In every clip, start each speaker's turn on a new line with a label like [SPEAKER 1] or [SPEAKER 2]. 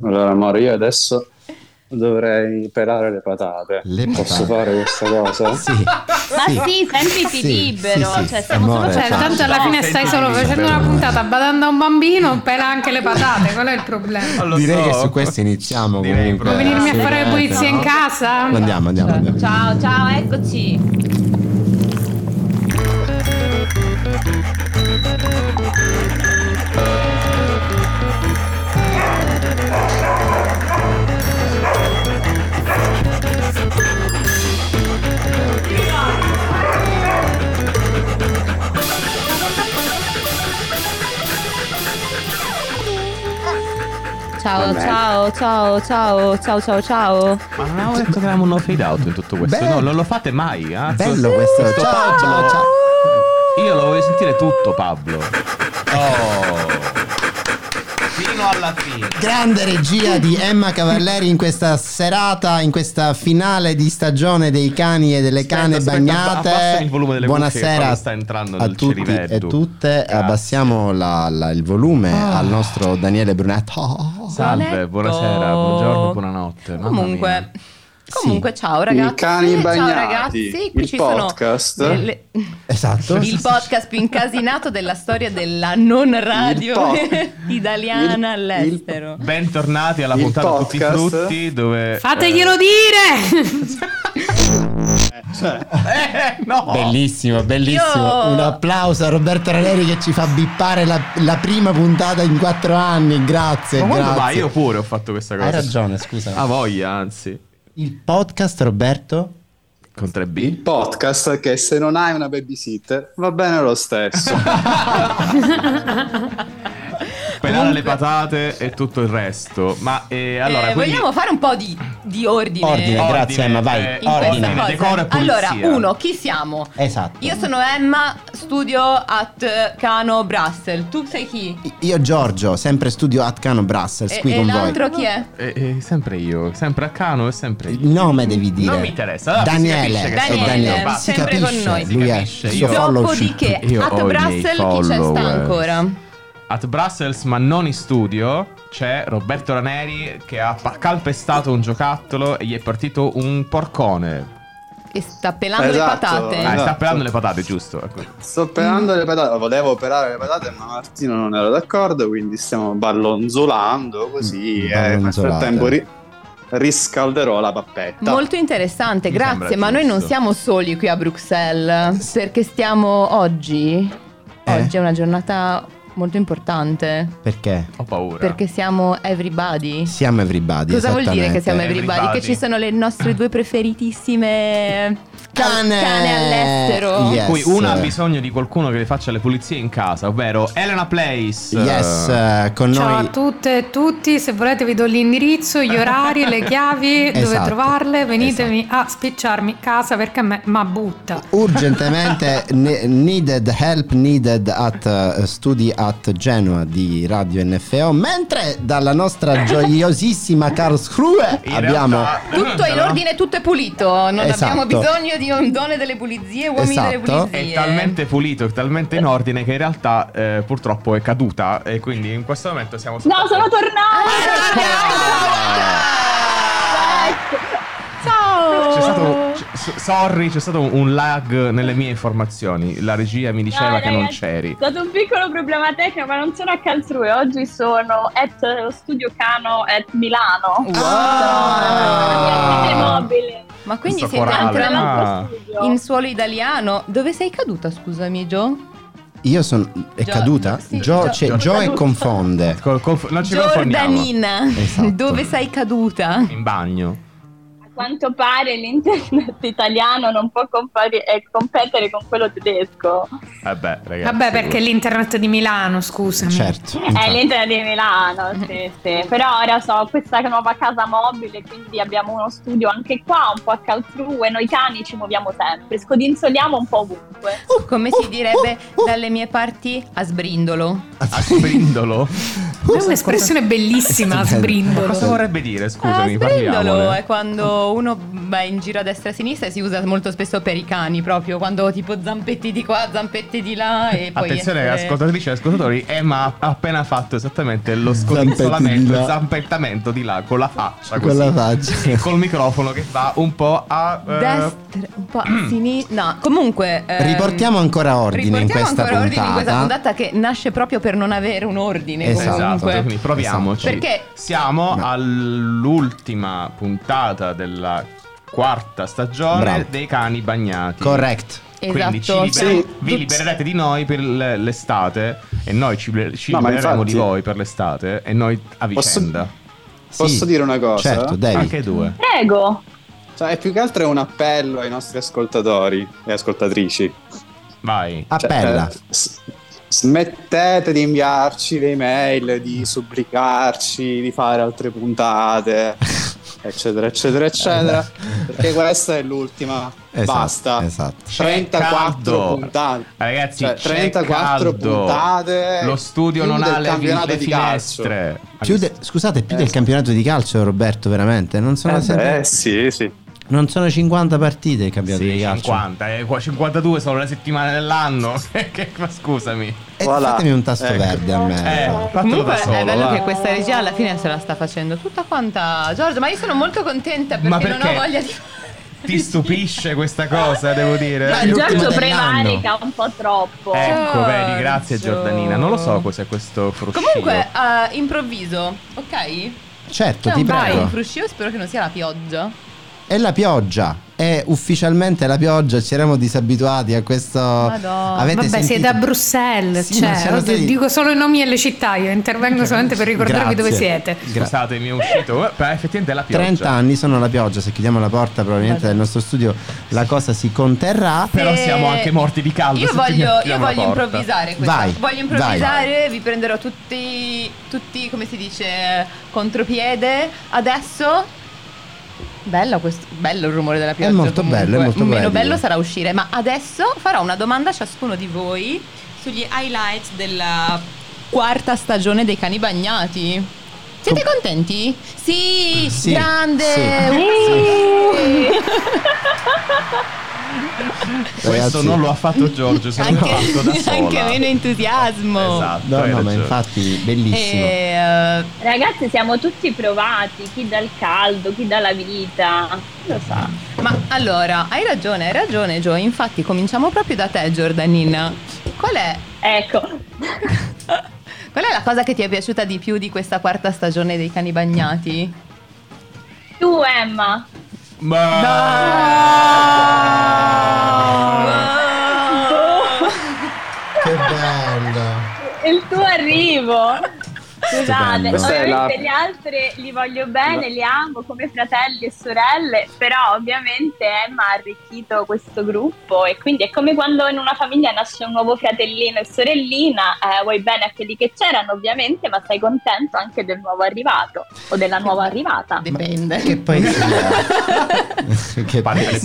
[SPEAKER 1] Allora, amore, io adesso dovrei pelare le patate.
[SPEAKER 2] Le
[SPEAKER 1] Posso
[SPEAKER 2] patate.
[SPEAKER 1] fare questa cosa?
[SPEAKER 2] Sì.
[SPEAKER 3] Ma sì, sentiti
[SPEAKER 2] Sì,
[SPEAKER 3] libero.
[SPEAKER 2] sì, sì.
[SPEAKER 3] Cioè, stiamo
[SPEAKER 2] Amore,
[SPEAKER 3] solo
[SPEAKER 4] Cioè,
[SPEAKER 2] Esatto.
[SPEAKER 4] tanto alla fine
[SPEAKER 5] No,
[SPEAKER 4] stai
[SPEAKER 5] senti,
[SPEAKER 4] solo
[SPEAKER 5] libero.
[SPEAKER 4] facendo una puntata badando a un bambino, pela anche le patate, qual è il problema?
[SPEAKER 5] Lo
[SPEAKER 2] Direi
[SPEAKER 5] so.
[SPEAKER 2] che su questo iniziamo
[SPEAKER 5] Direi
[SPEAKER 2] comunque. eh,
[SPEAKER 5] proprio.
[SPEAKER 4] Venirmi a fare
[SPEAKER 2] Assolutamente.
[SPEAKER 4] pulizie in casa?
[SPEAKER 2] Andiamo, andiamo, andiamo.
[SPEAKER 3] Ciao, ciao, eccoci. Ciao,
[SPEAKER 1] Vabbè.
[SPEAKER 3] ciao, ciao, ciao, ciao, ciao, ciao.
[SPEAKER 5] Ma non avevo detto che avevamo uno fade out in tutto questo.
[SPEAKER 2] Bello.
[SPEAKER 5] No, non lo fate mai. eh?
[SPEAKER 2] Bello questo.
[SPEAKER 5] Sto
[SPEAKER 2] Ciao, ciao,
[SPEAKER 5] Pablo-
[SPEAKER 2] ciao.
[SPEAKER 5] Io lo voglio sentire tutto, Pablo. Oh. Fino alla fine.
[SPEAKER 2] Grande regia di Emma Cavalleri in questa serata, in questa finale di stagione dei cani e delle
[SPEAKER 5] Aspetta,
[SPEAKER 2] cane
[SPEAKER 5] aspetta,
[SPEAKER 2] bagnate.
[SPEAKER 5] abbassa il volume delle cuffie,
[SPEAKER 2] Buonasera
[SPEAKER 5] Paolo sta entrando
[SPEAKER 2] a
[SPEAKER 5] nel
[SPEAKER 2] tutti e
[SPEAKER 5] cerivello.
[SPEAKER 2] tutte.
[SPEAKER 5] Grazie. Ah.
[SPEAKER 2] Abbassiamo la- la- il volume al nostro Daniele Brunetto.
[SPEAKER 5] Salve,
[SPEAKER 3] Buonetto.
[SPEAKER 5] buonasera, buongiorno, buonanotte. mamma
[SPEAKER 3] Comunque,
[SPEAKER 5] mia.
[SPEAKER 3] comunque ciao ragazzi.
[SPEAKER 1] I cani bagnati.
[SPEAKER 3] Ciao ragazzi, qui
[SPEAKER 1] il
[SPEAKER 3] ci
[SPEAKER 1] podcast.
[SPEAKER 3] sono delle-
[SPEAKER 2] Esatto.
[SPEAKER 3] il podcast più incasinato della storia della non radio
[SPEAKER 1] Il po-
[SPEAKER 3] italiana
[SPEAKER 1] il- il-
[SPEAKER 3] all'estero. Eh,
[SPEAKER 5] Bentornati alla
[SPEAKER 1] Il
[SPEAKER 5] puntata Tutti
[SPEAKER 1] podcast.
[SPEAKER 5] Frutti dove...
[SPEAKER 4] Fateglielo dire!
[SPEAKER 1] Cioè,
[SPEAKER 5] Eh, no!
[SPEAKER 2] Bellissimo, bellissimo.
[SPEAKER 3] Oh. Io-
[SPEAKER 2] Un applauso a Roberto Raneri che ci fa bippare la, la prima puntata in quattro anni. Grazie,
[SPEAKER 5] Ma quando
[SPEAKER 2] grazie.
[SPEAKER 5] va? Io Ah. pure ho fatto questa cosa.
[SPEAKER 2] Hai ragione, scusa.
[SPEAKER 5] Ha voglia, anzi.
[SPEAKER 2] Il podcast, Roberto?
[SPEAKER 5] Con 3B.
[SPEAKER 1] il podcast che se non hai una babysitter va bene lo stesso.
[SPEAKER 5] Pelare le patate e tutto il resto. Ma eh, allora,
[SPEAKER 3] Eh,
[SPEAKER 5] quindi-
[SPEAKER 3] vogliamo fare un po' di, di ordine. cioè,
[SPEAKER 2] Ordine,
[SPEAKER 5] Ordine,
[SPEAKER 2] grazie Emma, vai.
[SPEAKER 5] eh,
[SPEAKER 3] In
[SPEAKER 2] ordine.
[SPEAKER 3] questa
[SPEAKER 5] decoro e
[SPEAKER 3] cosa.
[SPEAKER 5] pulizia.
[SPEAKER 3] Allora, uno, chi siamo?
[SPEAKER 2] Esatto.
[SPEAKER 3] Io sono Emma, studio at Cano Brassel. Tu sei
[SPEAKER 5] Eh,
[SPEAKER 3] chi?
[SPEAKER 2] Io Giorgio, sempre studio at Cano Brussels,
[SPEAKER 3] E,
[SPEAKER 2] qui
[SPEAKER 3] e
[SPEAKER 2] con voi.
[SPEAKER 3] l'altro chi è?
[SPEAKER 5] Eh, eh, sempre io, sempre a Cano e sempre
[SPEAKER 2] Il
[SPEAKER 5] io.
[SPEAKER 2] nome devi dire.
[SPEAKER 5] Non mi interessa, allora si
[SPEAKER 2] Daniele,
[SPEAKER 5] capisce che
[SPEAKER 3] sono
[SPEAKER 2] è
[SPEAKER 3] Daniele,
[SPEAKER 2] Daniele. Si
[SPEAKER 3] sempre
[SPEAKER 2] capisce,
[SPEAKER 3] con noi.
[SPEAKER 5] Si
[SPEAKER 2] Lui
[SPEAKER 5] capisce,
[SPEAKER 2] è
[SPEAKER 5] Eh, io-
[SPEAKER 2] suo followership.
[SPEAKER 3] Dopodiché,
[SPEAKER 5] Io ho
[SPEAKER 3] at
[SPEAKER 5] i miei
[SPEAKER 3] Brassel chi c'è sta
[SPEAKER 5] followers.
[SPEAKER 3] ancora?
[SPEAKER 5] At Brussels, ma non in studio, c'è Roberto Raneri che ha pa- calpestato un giocattolo e gli è partito un porcone.
[SPEAKER 3] Che sta pelando
[SPEAKER 1] Esatto.
[SPEAKER 3] le
[SPEAKER 5] Ah,
[SPEAKER 3] patate.
[SPEAKER 1] Esatto.
[SPEAKER 5] sta pelando le patate, giusto? Ecco.
[SPEAKER 1] Sto pelando le patate, volevo pelare le patate ma Martino non era d'accordo, quindi stiamo ballonzolando così
[SPEAKER 2] Mm,
[SPEAKER 1] e nel
[SPEAKER 2] ballonzolate.
[SPEAKER 1] frattempo ri- riscalderò la pappetta.
[SPEAKER 3] Molto interessante,
[SPEAKER 5] Mi
[SPEAKER 3] grazie.
[SPEAKER 5] sembra
[SPEAKER 3] Ma noi non
[SPEAKER 5] giusto.
[SPEAKER 3] siamo soli qui a Bruxelles, perché stiamo oggi.
[SPEAKER 2] Eh?
[SPEAKER 3] Oggi è una giornata molto importante.
[SPEAKER 2] Perché?
[SPEAKER 5] Ho paura.
[SPEAKER 3] Perché siamo everybody.
[SPEAKER 2] Siamo everybody.
[SPEAKER 3] Cosa vuol dire che siamo
[SPEAKER 2] esattamente.
[SPEAKER 3] everybody?
[SPEAKER 5] Everybody.
[SPEAKER 3] Che ci sono le nostre due preferitissime
[SPEAKER 2] Cane!
[SPEAKER 3] cane all'estero.
[SPEAKER 2] Yeah.
[SPEAKER 5] Poi
[SPEAKER 2] Yes.
[SPEAKER 5] una ha bisogno di qualcuno che le faccia le pulizie in casa, ovvero Elena Place.
[SPEAKER 2] Yes, eh, con
[SPEAKER 4] Ciao
[SPEAKER 2] noi
[SPEAKER 4] a tutte e tutti, se volete vi do l'indirizzo, gli orari, le chiavi, dove
[SPEAKER 2] Esatto,
[SPEAKER 4] trovarle, venitemi a spicciarmi casa perché a me ma butta.
[SPEAKER 2] urgentemente ne- needed help needed at eh, studi at Genoa di Radio NFO mentre dalla nostra gioiosissima Karlsruhe
[SPEAKER 5] In
[SPEAKER 2] abbiamo
[SPEAKER 5] realtà-
[SPEAKER 3] Tutto è in ordine, tutto è pulito. Non
[SPEAKER 2] Esatto.
[SPEAKER 3] abbiamo bisogno di un dono delle pulizie, uomini delle
[SPEAKER 2] Esatto.
[SPEAKER 4] eh.
[SPEAKER 3] pulizie.
[SPEAKER 5] È talmente pulito, è talmente in ordine che in realtà eh, purtroppo è caduta e quindi in questo momento siamo
[SPEAKER 6] No, sono
[SPEAKER 3] Ah! Ciao!
[SPEAKER 5] C'è stato, c- so- sorry, c'è stato un lag nelle mie informazioni. La regia mi diceva
[SPEAKER 6] No,
[SPEAKER 5] che non
[SPEAKER 6] ragazzi.
[SPEAKER 5] c'eri.
[SPEAKER 6] È stato un piccolo problema tecnico, ma non sono a Karlsruhe, oggi sono at eh, Studio Cano at Milano.
[SPEAKER 2] Ah!
[SPEAKER 5] Ah.
[SPEAKER 6] Niente mobile.
[SPEAKER 3] Ma quindi
[SPEAKER 5] Questo
[SPEAKER 3] siete
[SPEAKER 5] corale.
[SPEAKER 3] anche
[SPEAKER 6] Anche
[SPEAKER 5] Ah.
[SPEAKER 6] l'altro studio.
[SPEAKER 3] in suolo italiano. Dove sei caduta, scusami, Gio?
[SPEAKER 2] io sono è
[SPEAKER 3] Gio-
[SPEAKER 2] caduta
[SPEAKER 3] sì,
[SPEAKER 2] Gio,
[SPEAKER 3] Gio-
[SPEAKER 2] c'è-
[SPEAKER 3] Gio-
[SPEAKER 2] Gio e
[SPEAKER 6] caduta.
[SPEAKER 2] confonde
[SPEAKER 5] Col- col- non ci confondiamo.
[SPEAKER 3] Giordanina,
[SPEAKER 2] Esatto.
[SPEAKER 3] dove sei caduta?
[SPEAKER 5] In bagno.
[SPEAKER 6] A quanto pare l'internet italiano non può compari- eh, competere con quello tedesco.
[SPEAKER 5] Vabbè, Eh ragazzi.
[SPEAKER 4] Vabbè perché l'internet di Milano, scusami.
[SPEAKER 2] certo
[SPEAKER 3] Eh,
[SPEAKER 5] Esatto.
[SPEAKER 6] È
[SPEAKER 2] infatti.
[SPEAKER 6] Eh, l'internet di Milano, sì, sì. Però ora so, questa nuova casa mobile, quindi abbiamo uno studio anche qua, un po' a Karlsruhe, noi cani ci muoviamo sempre, scodinzoliamo un po' ovunque.
[SPEAKER 2] Uh,
[SPEAKER 3] Come si direbbe dalle mie parti a sbrindolo.
[SPEAKER 2] uh,
[SPEAKER 5] A sprindolo.
[SPEAKER 4] È un'espressione bellissima,
[SPEAKER 2] Cosa-
[SPEAKER 5] Cosa
[SPEAKER 4] sbrindolo.
[SPEAKER 5] vorrebbe dire? Scusami,
[SPEAKER 3] Ah, sbrindolo
[SPEAKER 5] parliamone.
[SPEAKER 3] è quando uno va in giro a destra e a sinistra e si usa molto spesso per i cani, proprio quando tipo zampetti di qua, zampetti di là e poi
[SPEAKER 5] Attenzione
[SPEAKER 3] essere-
[SPEAKER 5] ascoltatrici e ascoltatori, Emma ha appena fatto esattamente lo
[SPEAKER 2] Zampetti di
[SPEAKER 5] scodinzolamento,
[SPEAKER 2] là.
[SPEAKER 5] il zampettamento di là con la faccia,
[SPEAKER 2] Con la
[SPEAKER 5] così,
[SPEAKER 2] faccia.
[SPEAKER 5] e col microfono che va un po' a... eh,
[SPEAKER 3] destra, un po' a sinistra. No, comunque ehm,
[SPEAKER 2] Riportiamo ancora ordine in
[SPEAKER 3] riportiamo
[SPEAKER 2] questa
[SPEAKER 3] ancora ordine in questa
[SPEAKER 2] puntata.
[SPEAKER 3] puntata che nasce proprio per non avere un ordine
[SPEAKER 2] Esatto.
[SPEAKER 5] Esatto,
[SPEAKER 3] comunque.
[SPEAKER 5] quindi proviamoci.
[SPEAKER 3] Esatto. Perché-
[SPEAKER 5] siamo
[SPEAKER 2] No.
[SPEAKER 5] all'ultima puntata della quarta stagione
[SPEAKER 2] Bravo.
[SPEAKER 5] dei cani bagnati.
[SPEAKER 2] uh, Correct.
[SPEAKER 5] Quindi ci
[SPEAKER 3] Esatto.
[SPEAKER 5] libera-
[SPEAKER 1] Sì.
[SPEAKER 5] vi libererete di noi per l- l'estate e noi ci, li- ci
[SPEAKER 1] No, ma
[SPEAKER 5] libereremo
[SPEAKER 1] infatti-
[SPEAKER 5] di voi per l'estate e noi a
[SPEAKER 1] Posso-
[SPEAKER 5] vicenda.
[SPEAKER 1] Posso dire una cosa?
[SPEAKER 2] Certo, devi.
[SPEAKER 5] Anche due.
[SPEAKER 6] Prego.
[SPEAKER 1] Cioè, è più che altro è un appello ai nostri ascoltatori e ascoltatrici. Cioè,
[SPEAKER 5] Vai.
[SPEAKER 2] Appella.
[SPEAKER 1] eh, s- smettete di inviarci le email, di supplicarci, di fare altre puntate, eccetera, eccetera, eccetera. perché questa è l'ultima.
[SPEAKER 2] Esatto,
[SPEAKER 1] Eh, Basta.
[SPEAKER 2] Esatto.
[SPEAKER 5] C'è
[SPEAKER 1] 34
[SPEAKER 5] caldo.
[SPEAKER 1] puntate.
[SPEAKER 5] Ragazzi,
[SPEAKER 1] Cioè,
[SPEAKER 5] c'è
[SPEAKER 1] 34
[SPEAKER 5] caldo.
[SPEAKER 1] puntate. eh,
[SPEAKER 5] Lo studio non
[SPEAKER 1] Chiude
[SPEAKER 5] ha
[SPEAKER 1] il
[SPEAKER 5] le, vi-
[SPEAKER 1] campionato
[SPEAKER 5] le
[SPEAKER 1] di calcio.
[SPEAKER 5] finestre.
[SPEAKER 2] Più de- scusate, più
[SPEAKER 1] Eh,
[SPEAKER 2] del
[SPEAKER 1] sì.
[SPEAKER 2] campionato di calcio, Roberto, veramente. Non sono,
[SPEAKER 1] Eh,
[SPEAKER 2] sempre-
[SPEAKER 1] beh, sì, sì.
[SPEAKER 2] non sono 50 partite il campionato
[SPEAKER 5] Sì,
[SPEAKER 2] di calcio.
[SPEAKER 5] 50, eh, qua 52 sono le settimane dell'anno. Che- ma scusami.
[SPEAKER 2] E
[SPEAKER 1] Voilà.
[SPEAKER 2] Eh, fatemi un tasto
[SPEAKER 1] Ecco.
[SPEAKER 2] verde a me.
[SPEAKER 5] Eh, fatelo
[SPEAKER 3] Comunque
[SPEAKER 5] da
[SPEAKER 3] è
[SPEAKER 5] solo,
[SPEAKER 3] bello
[SPEAKER 5] va.
[SPEAKER 3] che questa regia alla fine se la sta facendo tutta quanta Giorgio, ma io sono molto contenta perché,
[SPEAKER 5] Ma
[SPEAKER 3] non ho
[SPEAKER 5] perché?
[SPEAKER 3] voglia di
[SPEAKER 5] Ti stupisce questa cosa, devo dire.
[SPEAKER 2] Ma
[SPEAKER 6] Ma
[SPEAKER 2] è l'ultimo
[SPEAKER 6] Giorgio
[SPEAKER 2] dell'anno.
[SPEAKER 6] prevarica un po' troppo.
[SPEAKER 5] Ecco,
[SPEAKER 3] Giorgio.
[SPEAKER 5] vedi, grazie Giordanina. Non lo so cos'è questo fruscio.
[SPEAKER 3] Comunque, eh, improvviso, ok?
[SPEAKER 2] Certo,
[SPEAKER 3] C'è
[SPEAKER 2] ti
[SPEAKER 3] un po' di
[SPEAKER 2] prego.
[SPEAKER 3] fruscio, spero che non sia la pioggia.
[SPEAKER 2] È la pioggia. È ufficialmente la pioggia. Ci eravamo disabituati a questo.
[SPEAKER 3] Madonna.
[SPEAKER 2] Avete
[SPEAKER 4] Vabbè,
[SPEAKER 2] sentito-
[SPEAKER 4] siete a Bruxelles,
[SPEAKER 2] Sì,
[SPEAKER 4] cioè,
[SPEAKER 2] ma siamo stati-
[SPEAKER 4] dico solo i nomi e le città, io intervengo solamente per ricordarvi
[SPEAKER 2] Grazie.
[SPEAKER 4] dove siete.
[SPEAKER 2] Gra-
[SPEAKER 5] Scusate, mi è uscito. eh, Però effettivamente è la pioggia.
[SPEAKER 2] 30 anni sono la pioggia. Se chiudiamo la porta, probabilmente
[SPEAKER 3] Vabbè.
[SPEAKER 2] del nostro studio la cosa si conterrà.
[SPEAKER 5] Però
[SPEAKER 3] Se-
[SPEAKER 5] siamo anche morti di caldo.
[SPEAKER 3] Io
[SPEAKER 5] se
[SPEAKER 3] voglio, io
[SPEAKER 5] chiudiamo la
[SPEAKER 3] voglio
[SPEAKER 5] porta.
[SPEAKER 3] improvvisare questa.
[SPEAKER 2] Vai,
[SPEAKER 3] voglio improvvisare, vi prenderò tutti, tutti, come si dice, contropiede. Adesso. Bello, questo, bello il rumore della pioggia.
[SPEAKER 2] molto
[SPEAKER 3] comunque.
[SPEAKER 2] bello, è molto bello.
[SPEAKER 3] Meno bello sarà uscire. Ma adesso farò una domanda a ciascuno di voi sugli highlights della quarta stagione dei cani bagnati. Siete contenti? Sì,
[SPEAKER 2] Sì,
[SPEAKER 3] grande!
[SPEAKER 2] sì.
[SPEAKER 6] Eh,
[SPEAKER 3] Uh!
[SPEAKER 5] Questo
[SPEAKER 2] Ragazzi-
[SPEAKER 5] non lo ha fatto Giorgio, se l'ha fatto da sola.
[SPEAKER 3] anche meno entusiasmo.
[SPEAKER 5] Esatto.
[SPEAKER 2] No,
[SPEAKER 5] hai
[SPEAKER 2] no, ma
[SPEAKER 5] ragione.
[SPEAKER 2] infatti, bellissimo.
[SPEAKER 3] E, eh,
[SPEAKER 6] Ragazzi, siamo tutti provati, chi dal caldo, chi dalla vita. Chi lo sa.
[SPEAKER 3] ma allora, hai ragione, hai ragione Joe, infatti cominciamo proprio da te Giordanina. Qual è,
[SPEAKER 6] Ecco,
[SPEAKER 3] qual è la cosa che ti è piaciuta di più di questa quarta stagione dei Cani Bagnati?
[SPEAKER 6] tu Emma,
[SPEAKER 5] Ma-
[SPEAKER 2] Che bello.
[SPEAKER 6] il tuo arrivo. Scusate,
[SPEAKER 2] Stupendo.
[SPEAKER 1] Questa è
[SPEAKER 6] ovviamente
[SPEAKER 1] la-
[SPEAKER 6] gli altri li voglio bene, li amo come fratelli e sorelle, però ovviamente Emma ha arricchito questo gruppo e quindi è come quando in una famiglia nasce un nuovo fratellino e sorellina, eh, vuoi bene a quelli che c'erano ovviamente, ma sei contento anche del nuovo arrivato o della nuova arrivata.
[SPEAKER 3] Dipende.
[SPEAKER 2] Che poesia. che
[SPEAKER 5] Parte
[SPEAKER 2] poesia.
[SPEAKER 5] l'esperienza.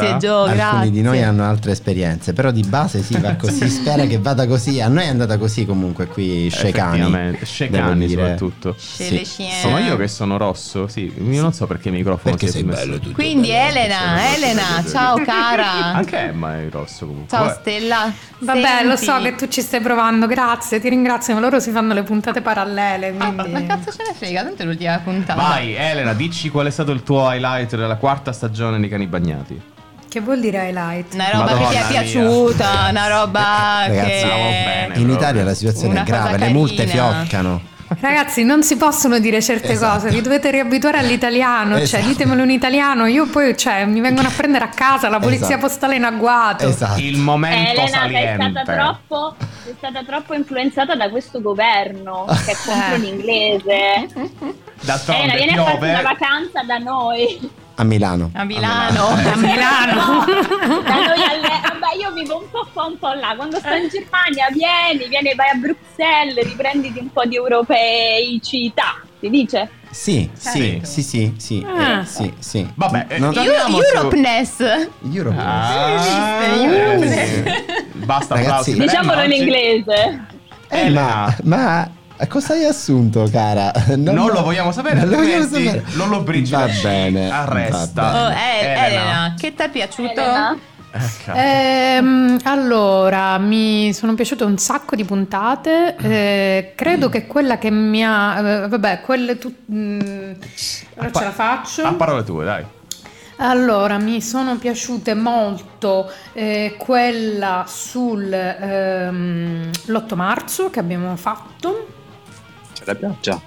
[SPEAKER 3] Grazie Joe,
[SPEAKER 2] Alcuni
[SPEAKER 3] grazie.
[SPEAKER 2] di noi hanno altre esperienze, però di base sì, va così. Spera che vada così. A noi è andata così comunque qui, Shekani.
[SPEAKER 5] Eh, Effettivamente, Shekani
[SPEAKER 2] devo dire.
[SPEAKER 5] soprattutto.
[SPEAKER 3] Chez
[SPEAKER 2] Sì.
[SPEAKER 3] les chiens.
[SPEAKER 5] Sono io che sono rosso? Sì, io non so perché il microfono
[SPEAKER 2] Perché
[SPEAKER 5] si è
[SPEAKER 2] sei
[SPEAKER 5] messo.
[SPEAKER 2] bello tutto.
[SPEAKER 3] Quindi
[SPEAKER 2] bello.
[SPEAKER 3] Elena, Elena, ciao cara.
[SPEAKER 5] Anche Emma è rosso comunque.
[SPEAKER 3] Ciao
[SPEAKER 5] Vabbè.
[SPEAKER 3] Stella.
[SPEAKER 4] Vabbè, lo so
[SPEAKER 3] Senti.
[SPEAKER 4] che tu ci stai provando, grazie, ti ringrazio, ma loro si fanno le puntate parallele,
[SPEAKER 3] Ah,
[SPEAKER 4] quindi...
[SPEAKER 3] ma cazzo ce ne frega, tanto è l'ultima puntata.
[SPEAKER 5] Vai Elena, dici qual è stato il tuo highlight della quarta stagione dei Cani Bagnati.
[SPEAKER 4] Che vuol dire highlight?
[SPEAKER 3] Una roba
[SPEAKER 5] Madonna
[SPEAKER 3] che ti è
[SPEAKER 5] mia.
[SPEAKER 3] piaciuta, una roba
[SPEAKER 2] Ragazzi,
[SPEAKER 3] che...
[SPEAKER 5] stavo bene.
[SPEAKER 2] In Italia la situazione
[SPEAKER 3] Una
[SPEAKER 2] è grave,
[SPEAKER 3] cosa
[SPEAKER 2] le multe
[SPEAKER 3] carina.
[SPEAKER 2] fioccano.
[SPEAKER 4] Ragazzi, non si possono dire certe
[SPEAKER 2] Esatto.
[SPEAKER 4] cose, vi dovete riabituare all'italiano, cioè
[SPEAKER 2] Esatto.
[SPEAKER 4] ditemelo in italiano, io poi cioè, mi vengono a prendere a casa, la polizia
[SPEAKER 2] Esatto.
[SPEAKER 4] postale in agguato.
[SPEAKER 2] Esatto.
[SPEAKER 5] Il momento
[SPEAKER 6] Eh, Elena sei
[SPEAKER 5] saliente.
[SPEAKER 6] stata, troppo, sei stata troppo influenzata da questo governo che è contro
[SPEAKER 4] Eh.
[SPEAKER 6] l'inglese. Elena,
[SPEAKER 5] D'altronde
[SPEAKER 6] vieni a farti una
[SPEAKER 5] piove.
[SPEAKER 6] vacanza da noi.
[SPEAKER 2] A Milano.
[SPEAKER 3] A Milano.
[SPEAKER 4] A Milano.
[SPEAKER 6] Da noi alle- vabbè, io vivo un po' qua, un po' là. Quando sto
[SPEAKER 4] Eh.
[SPEAKER 6] in Germania, vieni, vieni, vai a Bruxelles, riprenditi un po' di europeicità. Si dice?
[SPEAKER 2] Sì, sì,
[SPEAKER 5] Certo.
[SPEAKER 2] sì, sì, sì,
[SPEAKER 4] Ah.
[SPEAKER 2] eh, sì, sì.
[SPEAKER 5] Vabbè, eh,
[SPEAKER 2] No,
[SPEAKER 5] già-
[SPEAKER 3] Euro-
[SPEAKER 5] Torniamo su-
[SPEAKER 3] Europeness.
[SPEAKER 2] Europe.
[SPEAKER 5] Ah,
[SPEAKER 3] Non esiste,
[SPEAKER 5] eh, sì. Basta
[SPEAKER 2] Ragazzi,
[SPEAKER 5] applausi per
[SPEAKER 6] Diciamolo
[SPEAKER 5] Emma
[SPEAKER 6] in
[SPEAKER 5] oggi.
[SPEAKER 6] inglese.
[SPEAKER 2] Eh, ma,
[SPEAKER 5] Elena.
[SPEAKER 2] ma Eh, Cosa hai assunto, cara?
[SPEAKER 5] Non, lo vogliamo sapere,
[SPEAKER 2] Non lo vogliamo
[SPEAKER 5] altrimenti
[SPEAKER 2] sapere.
[SPEAKER 5] Lollo Brigida
[SPEAKER 2] Va bene.
[SPEAKER 5] arresta.
[SPEAKER 2] va bene.
[SPEAKER 3] Oh, eh, Elena.
[SPEAKER 5] Elena,
[SPEAKER 3] che ti è piaciuto?
[SPEAKER 6] Elena?
[SPEAKER 5] Eh, cazzo.
[SPEAKER 4] Ehm, allora, mi sono piaciute un sacco di puntate. eh, credo che quella che mi ha. eh, vabbè, quelle tu. mm, ora
[SPEAKER 5] pa-
[SPEAKER 4] ce la faccio.
[SPEAKER 5] A
[SPEAKER 2] ah,
[SPEAKER 5] parole tue, dai.
[SPEAKER 4] Allora, mi sono piaciute molto eh, quella sul ehm, l'8 marzo che abbiamo fatto.
[SPEAKER 1] Ce l'abbiamo già.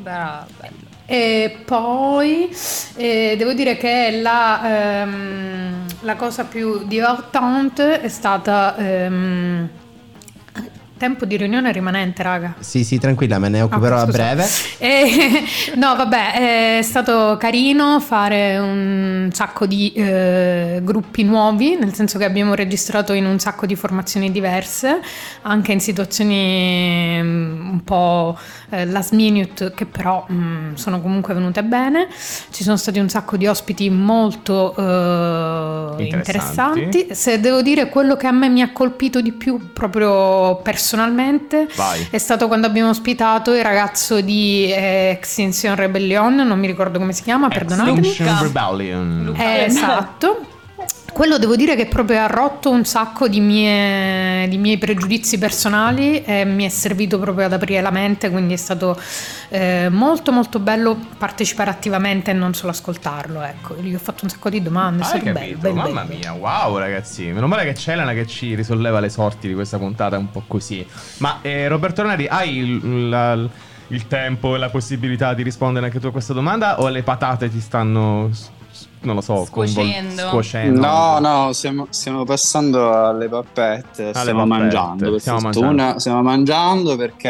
[SPEAKER 3] Brava, bello.
[SPEAKER 4] E poi eh, devo dire che la, ehm, la cosa più divertente è stata ehm, tempo di riunione rimanente, raga.
[SPEAKER 2] Sì, sì, tranquilla, me ne occuperò
[SPEAKER 4] Ah,
[SPEAKER 2] a
[SPEAKER 4] scusa.
[SPEAKER 2] breve.
[SPEAKER 4] E- no, vabbè, è stato carino fare un sacco di eh, gruppi nuovi, nel senso che abbiamo registrato in un sacco di formazioni diverse, anche in situazioni mm, un po' eh, last minute, che però mm, sono comunque venute bene. Ci sono stati un sacco di ospiti molto eh,
[SPEAKER 5] Interessanti.
[SPEAKER 4] interessanti. Se devo dire quello che a me mi ha colpito di più, proprio personalmente,
[SPEAKER 5] Vai.
[SPEAKER 4] è stato quando abbiamo ospitato il ragazzo di eh, Extinction Rebellion, non mi ricordo come si chiama, perdonatemi.
[SPEAKER 5] Extinction Rebellion.
[SPEAKER 3] Luca.
[SPEAKER 4] Eh, esatto. Quello devo dire che proprio ha rotto un sacco di, mie- di miei pregiudizi personali e mi è servito proprio ad aprire la mente, quindi è stato eh, molto molto bello partecipare attivamente e non solo ascoltarlo. Ecco, gli ho fatto un sacco di domande, è
[SPEAKER 5] Hai
[SPEAKER 4] stato
[SPEAKER 5] capito?
[SPEAKER 4] bello, bello,
[SPEAKER 5] Mamma
[SPEAKER 4] bello.
[SPEAKER 5] mia, wow ragazzi. Meno male che c'è Elena che ci risolleva le sorti di questa puntata un po' così. Ma eh, Roberto Neri, hai il, la- il tempo e la possibilità di rispondere anche tu a questa domanda o le patate ti stanno, s- s- non lo so, convol-
[SPEAKER 3] Scuocendo.
[SPEAKER 5] scuocendo?
[SPEAKER 1] No, no, stiamo, stiamo passando alle pappette, stiamo
[SPEAKER 5] pappette,
[SPEAKER 1] mangiando, per
[SPEAKER 5] stiamo
[SPEAKER 1] fortuna
[SPEAKER 5] mangiando.
[SPEAKER 1] stiamo mangiando perché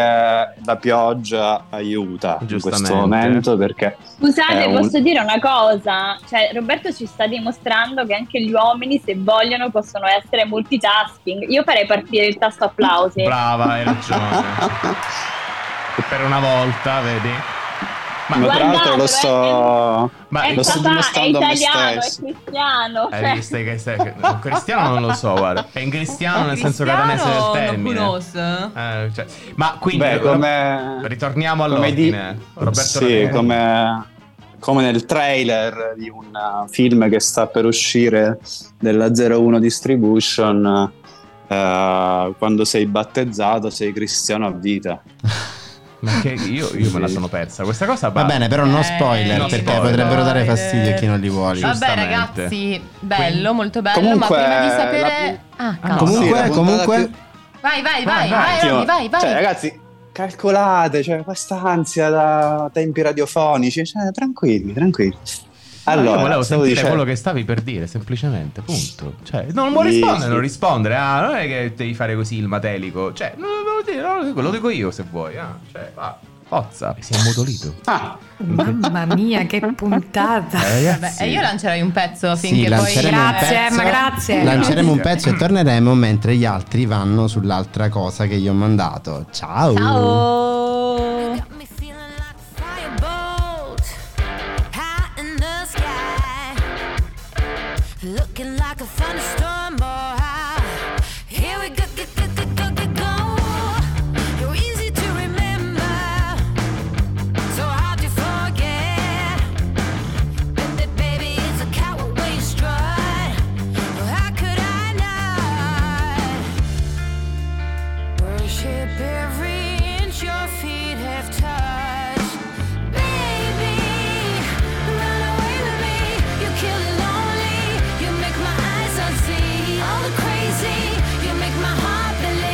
[SPEAKER 1] la pioggia aiuta in
[SPEAKER 5] Giustamente.
[SPEAKER 1] questo momento perché
[SPEAKER 6] Scusate,
[SPEAKER 1] È Eh, un-
[SPEAKER 6] posso dire una cosa? Cioè, Roberto ci sta dimostrando che anche gli uomini, se vogliono, possono essere multitasking. Io farei partire il tasto applausi.
[SPEAKER 5] Brava, hai ragione. per una volta, vedi?
[SPEAKER 1] Ma
[SPEAKER 5] Ma
[SPEAKER 1] tra
[SPEAKER 6] Guardate,
[SPEAKER 1] l'altro lo sto,
[SPEAKER 5] Ma
[SPEAKER 3] Eh,
[SPEAKER 6] è
[SPEAKER 1] lo sto
[SPEAKER 6] papà, è
[SPEAKER 1] dimostrando a me
[SPEAKER 6] italiano, è
[SPEAKER 1] stesso.
[SPEAKER 6] cristiano.
[SPEAKER 5] Hai
[SPEAKER 6] cioè.
[SPEAKER 5] visto che stai... un cristiano non lo so, guarda. È in cristiano nel senso catanese del termine.
[SPEAKER 3] Eh, Cristiano Nocunos.
[SPEAKER 5] Eh, cioè, ma quindi
[SPEAKER 1] Beh, come-
[SPEAKER 5] Eh. ritorniamo
[SPEAKER 1] come di-
[SPEAKER 5] all'ordine. Roberto
[SPEAKER 1] sì,
[SPEAKER 5] Rodriguez.
[SPEAKER 1] come, come nel trailer di un uh, film che sta per uscire della 01 Distribution. uh, quando sei battezzato sei cristiano a vita.
[SPEAKER 5] Ma che io, io me la sono persa. Questa cosa
[SPEAKER 2] Va bene, però
[SPEAKER 3] Eh,
[SPEAKER 2] no spoiler,
[SPEAKER 5] no
[SPEAKER 2] perché
[SPEAKER 5] spoiler.
[SPEAKER 2] potrebbero dare fastidio a chi non li vuole.
[SPEAKER 3] Vabbè
[SPEAKER 5] Giustamente.
[SPEAKER 3] ragazzi, bello, molto bello,
[SPEAKER 1] Comunque,
[SPEAKER 3] ma prima di
[SPEAKER 1] la-
[SPEAKER 3] sapere... Ah,
[SPEAKER 5] no.
[SPEAKER 3] cavolo.
[SPEAKER 1] Sì,
[SPEAKER 2] Comunque,
[SPEAKER 1] la puntata
[SPEAKER 2] comunque,
[SPEAKER 1] più-
[SPEAKER 3] Vai, vai, vai,
[SPEAKER 5] Vai,
[SPEAKER 3] vai,
[SPEAKER 1] Attimo.
[SPEAKER 3] Roby, Eh, vai, vai.
[SPEAKER 1] Cioè, ragazzi, calcolate, cioè, questa ansia da tempi radiofonici, cioè, tranquilli, tranquilli.
[SPEAKER 5] Allora,
[SPEAKER 1] Allora,
[SPEAKER 5] io volevo
[SPEAKER 1] stavo
[SPEAKER 5] sentire
[SPEAKER 1] dicendo-
[SPEAKER 5] quello che stavi per dire, semplicemente, punto. Cioè, no, non vuoi
[SPEAKER 1] Sì,
[SPEAKER 5] rispondere,
[SPEAKER 1] sì.
[SPEAKER 5] non rispondere. Ah, non è che devi fare così il matelico. Cioè, non lo devo dire, non lo dico, lo dico io se vuoi. Ah, cioè, va, forza. Si è immutolito.
[SPEAKER 1] Ah,
[SPEAKER 4] Mamma mia, che puntata!
[SPEAKER 5] Eh,
[SPEAKER 3] Vabbè,
[SPEAKER 5] ragazzi.
[SPEAKER 3] e io lancerai un pezzo
[SPEAKER 2] Sì,
[SPEAKER 3] finché poi...
[SPEAKER 2] lanceremo un
[SPEAKER 4] Grazie,
[SPEAKER 2] pezzo.
[SPEAKER 4] ma grazie.
[SPEAKER 2] lanceremo un
[SPEAKER 5] Grazie.
[SPEAKER 2] pezzo e torneremo mentre gli altri vanno sull'altra cosa che gli ho mandato. Ciao.
[SPEAKER 3] Ciao.
[SPEAKER 7] Got me feeling like a firebolt, high in the sky, looking like a thunderstorm. Or high. Here we go, go, go, go, go, go, go. You're easy to remember, so hard to forget. And that baby is a cowardly strut. Well, how could I not? Worship every inch your feet have touched. Baby, run away with me. You kill it lonely. You make my eyes unsee. All the crazy. You make my heart believe.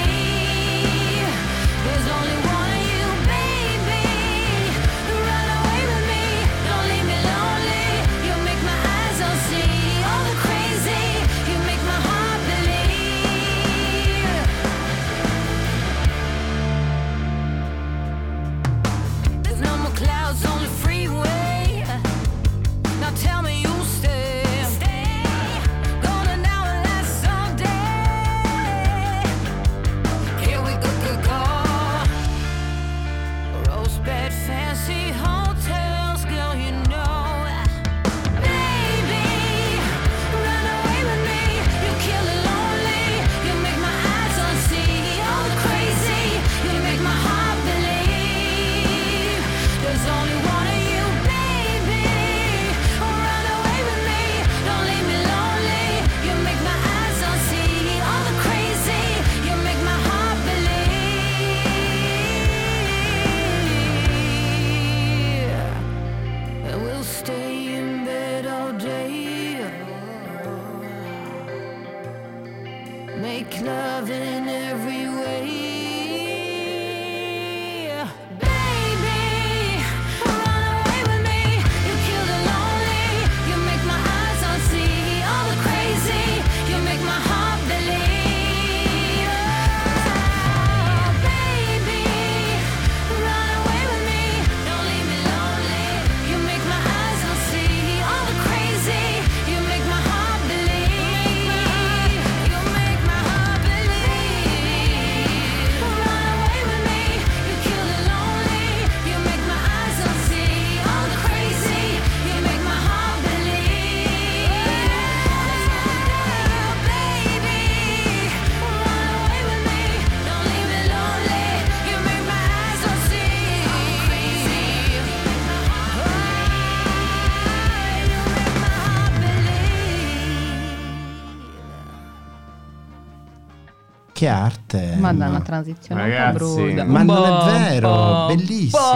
[SPEAKER 7] Oh,
[SPEAKER 2] che arte.
[SPEAKER 3] Madonna,
[SPEAKER 2] Emma.
[SPEAKER 3] transizione
[SPEAKER 5] Eh, Ragazzi,
[SPEAKER 3] brutta.
[SPEAKER 2] ma non
[SPEAKER 3] Un po',
[SPEAKER 2] è vero,
[SPEAKER 3] un po',
[SPEAKER 2] bellissima.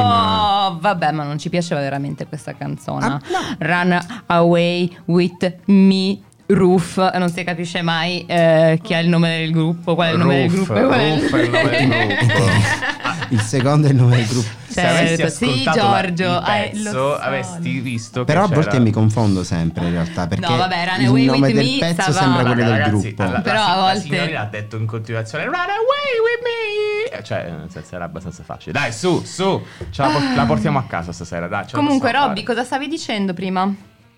[SPEAKER 3] un po'. Vabbè, ma non ci piaceva veramente questa canzone.
[SPEAKER 2] Ah,
[SPEAKER 3] Run away with me. Roof, non si capisce mai eh, chi è il nome del gruppo, qual è il nome del
[SPEAKER 5] Roof,
[SPEAKER 3] gruppo. e qual è
[SPEAKER 5] Roof è il nome del gruppo. Ah,
[SPEAKER 2] Il secondo è il nome del gruppo.
[SPEAKER 5] Se
[SPEAKER 3] Certo,
[SPEAKER 5] avessi
[SPEAKER 3] sì,
[SPEAKER 5] ascoltato la-
[SPEAKER 3] Giorgio,
[SPEAKER 5] il
[SPEAKER 3] eh,
[SPEAKER 5] pezzo,
[SPEAKER 3] lo so.
[SPEAKER 5] avresti visto
[SPEAKER 2] Però a
[SPEAKER 5] che c'era-
[SPEAKER 2] volte mi confondo sempre in realtà perché
[SPEAKER 3] No, vabbè, Runaway
[SPEAKER 2] il nome
[SPEAKER 3] with
[SPEAKER 2] del
[SPEAKER 3] me
[SPEAKER 2] pezzo
[SPEAKER 3] stava-
[SPEAKER 2] sembra quello
[SPEAKER 5] Raga,
[SPEAKER 2] del
[SPEAKER 5] ragazzi,
[SPEAKER 2] gruppo.
[SPEAKER 5] la- la,
[SPEAKER 3] Però
[SPEAKER 5] si-
[SPEAKER 3] a
[SPEAKER 5] la
[SPEAKER 3] volte-
[SPEAKER 5] signorina ha detto in continuazione Run away with me Eh, Cioè nel senso, era abbastanza facile Dai su su ce la, por- la portiamo a casa stasera dai, ce la
[SPEAKER 3] Ah. Comunque,
[SPEAKER 5] possiamo
[SPEAKER 3] Robby,
[SPEAKER 5] fare.
[SPEAKER 3] cosa stavi dicendo prima?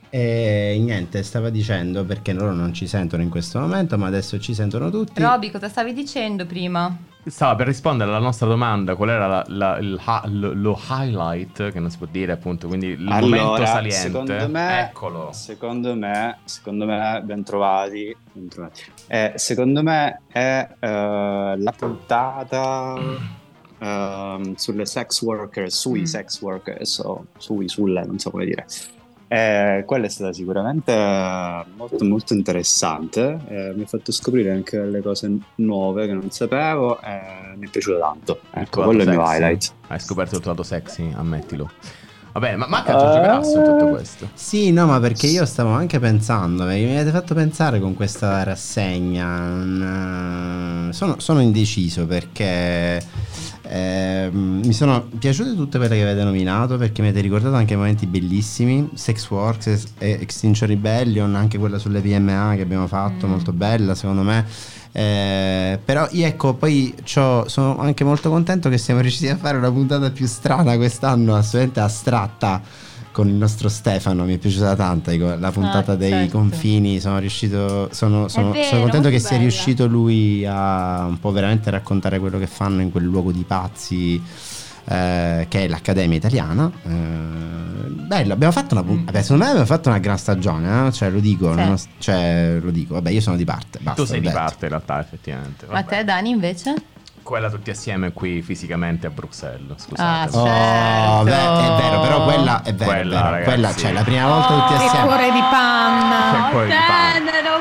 [SPEAKER 2] E niente, stava dicendo perché loro non ci sentono in questo momento, ma adesso ci sentono tutti.
[SPEAKER 3] Robby, cosa stavi dicendo prima?
[SPEAKER 5] Stava per rispondere alla nostra domanda Qual era la- la- il ha- lo, lo highlight Che non si può dire appunto Quindi il momento
[SPEAKER 1] Allora,
[SPEAKER 5] saliente
[SPEAKER 1] secondo me,
[SPEAKER 5] Eccolo
[SPEAKER 1] secondo me, secondo me, ben trovati. ben trovati. Eh, secondo me è eh, la puntata ehm, sulle sex workers, sui
[SPEAKER 3] Mm.
[SPEAKER 1] sex workers, o sui, sulle, non so come dire. Eh, quella è stata sicuramente molto, molto interessante. eh, mi ha fatto scoprire anche delle cose nuove che non sapevo. e mi è piaciuto tanto. Ecco,
[SPEAKER 5] Lato
[SPEAKER 1] quello è il mio
[SPEAKER 5] sexy.
[SPEAKER 1] highlight.
[SPEAKER 5] Hai scoperto il tuo lato sexy Ammettilo Va bene ma manca
[SPEAKER 1] Eh,
[SPEAKER 5] Giorgio Grasso in tutto questo
[SPEAKER 2] Sì, no, ma perché io stavo anche pensando, mi avete fatto pensare con questa rassegna. mm, Sono, sono indeciso perché ehm, mi sono piaciute tutte quelle che avete nominato perché mi avete ricordato anche momenti bellissimi, Sex Works, es- e Extinction Rebellion, anche quella sulle PMA che abbiamo fatto,
[SPEAKER 3] Mm.
[SPEAKER 2] molto bella secondo me. Eh, però io ecco, poi c'ho- sono anche molto contento che siamo riusciti a fare una puntata più strana quest'anno, assolutamente astratta con il nostro Stefano, mi è piaciuta tanto dico, la puntata dei
[SPEAKER 3] certo.
[SPEAKER 2] confini, sono riuscito, sono, sono- sono
[SPEAKER 3] vero,
[SPEAKER 2] contento che
[SPEAKER 3] molto
[SPEAKER 2] sia
[SPEAKER 3] bella.
[SPEAKER 2] riuscito lui a un po' veramente raccontare quello che fanno in quel luogo di pazzi eh, che è l'Accademia Italiana. Eh, bello, abbiamo fatto una pun-
[SPEAKER 3] Mm.
[SPEAKER 2] vabbè, secondo me abbiamo fatto una gran stagione, eh? cioè lo dico,
[SPEAKER 3] Sì.
[SPEAKER 2] non- cioè, lo dico, vabbè io sono di parte, basta.
[SPEAKER 5] Tu sei
[SPEAKER 2] ho
[SPEAKER 5] di
[SPEAKER 2] detto.
[SPEAKER 5] parte in realtà effettivamente
[SPEAKER 3] A
[SPEAKER 5] Vabbè.
[SPEAKER 3] te, Dani, invece?
[SPEAKER 5] Quella tutti assieme qui fisicamente a Bruxelles.
[SPEAKER 3] Ah,
[SPEAKER 5] Scusate.
[SPEAKER 3] sì.
[SPEAKER 2] Oh,
[SPEAKER 3] Certo.
[SPEAKER 2] beh, è vero, però quella è vero,
[SPEAKER 5] Quella,
[SPEAKER 2] è vero,
[SPEAKER 5] ragazzi.
[SPEAKER 2] quella, cioè la prima volta tutti
[SPEAKER 6] Oh, che
[SPEAKER 4] Che
[SPEAKER 2] assieme.
[SPEAKER 4] cuore di panna.
[SPEAKER 5] Che cuore di panna.
[SPEAKER 6] Tenero,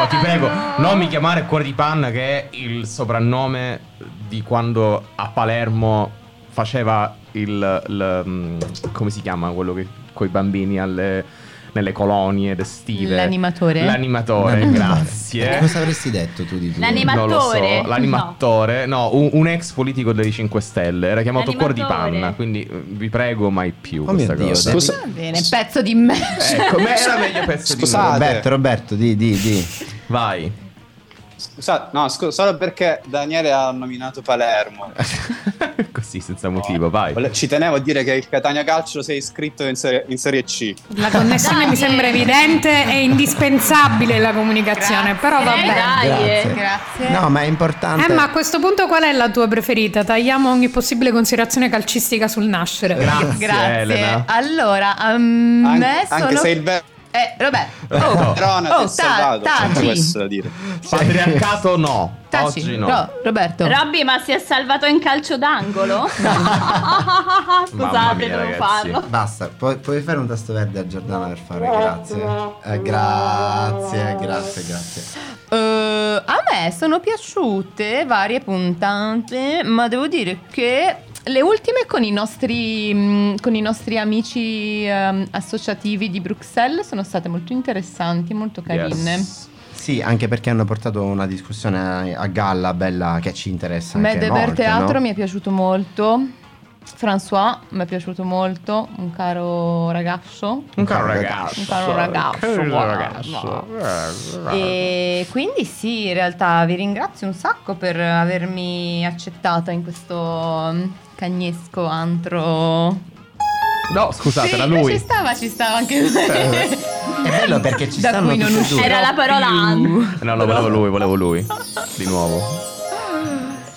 [SPEAKER 5] No, ti prego,
[SPEAKER 6] bello.
[SPEAKER 5] non mi chiamare Cuore di Panna che è il soprannome di quando a Palermo faceva il, il, mm, come si chiama quello che coi bambini alle- nelle colonie estive.
[SPEAKER 3] L'animatore?
[SPEAKER 5] L'animatore,
[SPEAKER 2] Mamma mia. E
[SPEAKER 5] grazie.
[SPEAKER 2] Cosa avresti detto tu di tu?
[SPEAKER 6] L'anima-
[SPEAKER 5] Non lo so,
[SPEAKER 6] L'animatore?
[SPEAKER 5] l'animatore, no, un, un ex politico dei 5 Stelle, era chiamato Cuore di
[SPEAKER 6] L'animatore.
[SPEAKER 5] Panna, quindi eh, vi prego mai più
[SPEAKER 2] Oh
[SPEAKER 5] questa
[SPEAKER 2] mio Dio,
[SPEAKER 5] cosa.
[SPEAKER 2] dai.
[SPEAKER 1] Scusa-
[SPEAKER 3] Va bene, pezzo di me.
[SPEAKER 5] Ecco, me era meglio pezzo di
[SPEAKER 1] Scusate.
[SPEAKER 2] Roberto, Roberto, di, di, di.
[SPEAKER 5] me. Vai.
[SPEAKER 1] Scusa, no, scusa, solo perché Daniele ha nominato Palermo.
[SPEAKER 5] Così, senza motivo, vai.
[SPEAKER 1] Vole- Ci tenevo a dire che il Catania Calcio sei iscritto in Serie, in serie C.
[SPEAKER 4] La connessione
[SPEAKER 6] Dai.
[SPEAKER 4] mi sembra evidente e indispensabile la comunicazione, però va
[SPEAKER 6] Grazie. Eh,
[SPEAKER 4] bene.
[SPEAKER 6] Dai,
[SPEAKER 2] Grazie.
[SPEAKER 3] grazie.
[SPEAKER 2] No, ma è importante.
[SPEAKER 4] Emma, a questo punto qual è la tua preferita? Tagliamo ogni possibile considerazione calcistica sul nascere.
[SPEAKER 5] Grazie,
[SPEAKER 3] Grazie.
[SPEAKER 5] Elena.
[SPEAKER 3] Allora, a me
[SPEAKER 1] Anche,
[SPEAKER 3] Mm, sono...
[SPEAKER 1] anche se il vero
[SPEAKER 3] Eh, vabbè. Oh,
[SPEAKER 1] padrone
[SPEAKER 3] oh,
[SPEAKER 1] ti ha salvato, c'è anche
[SPEAKER 3] taci.
[SPEAKER 1] questo da dire.
[SPEAKER 5] Patriarcato no.
[SPEAKER 3] Taci.
[SPEAKER 5] Oggi no.
[SPEAKER 3] Ro- Roberto.
[SPEAKER 4] Certo.
[SPEAKER 6] Robby, ma si è salvato in calcio d'angolo?
[SPEAKER 5] Mamma mia,
[SPEAKER 6] Scusate, devo
[SPEAKER 5] ragazzi.
[SPEAKER 6] farlo.
[SPEAKER 2] Basta, puoi, puoi fare un tasto verde a Giordano per fare grazie. Eh, grazie, grazie, grazie.
[SPEAKER 3] Eh, a me sono piaciute varie puntate, ma devo dire che le ultime con i nostri, mm, con i nostri amici ehm, associativi di Bruxelles sono state molto interessanti, molto carine.
[SPEAKER 5] Yes.
[SPEAKER 2] Sì, anche perché hanno portato una discussione a galla bella che ci interessa anche
[SPEAKER 3] Medeber
[SPEAKER 2] molto,
[SPEAKER 3] Teatro
[SPEAKER 2] no?
[SPEAKER 3] mi è piaciuto molto. François mi è piaciuto molto, un caro ragazzo.
[SPEAKER 5] Un caro ragazzo.
[SPEAKER 3] Un caro ragazzo,
[SPEAKER 5] Un caro Eh,
[SPEAKER 3] guarda.
[SPEAKER 5] ragazzo.
[SPEAKER 3] E quindi sì, in realtà vi ringrazio un sacco per avermi accettata in questo mm, cagnesco antro.
[SPEAKER 5] No, scusate,
[SPEAKER 3] Sì,
[SPEAKER 5] era
[SPEAKER 3] Ci
[SPEAKER 5] lui. Eh,
[SPEAKER 3] stava, ci stava anche lui.
[SPEAKER 2] È bello perché ci
[SPEAKER 3] Da
[SPEAKER 2] stanno
[SPEAKER 3] cui non
[SPEAKER 2] tutti e
[SPEAKER 3] uscirò
[SPEAKER 2] due.
[SPEAKER 6] Era la parola
[SPEAKER 3] più.
[SPEAKER 6] antro.
[SPEAKER 5] No, no, volevo lui, volevo lui. Di nuovo.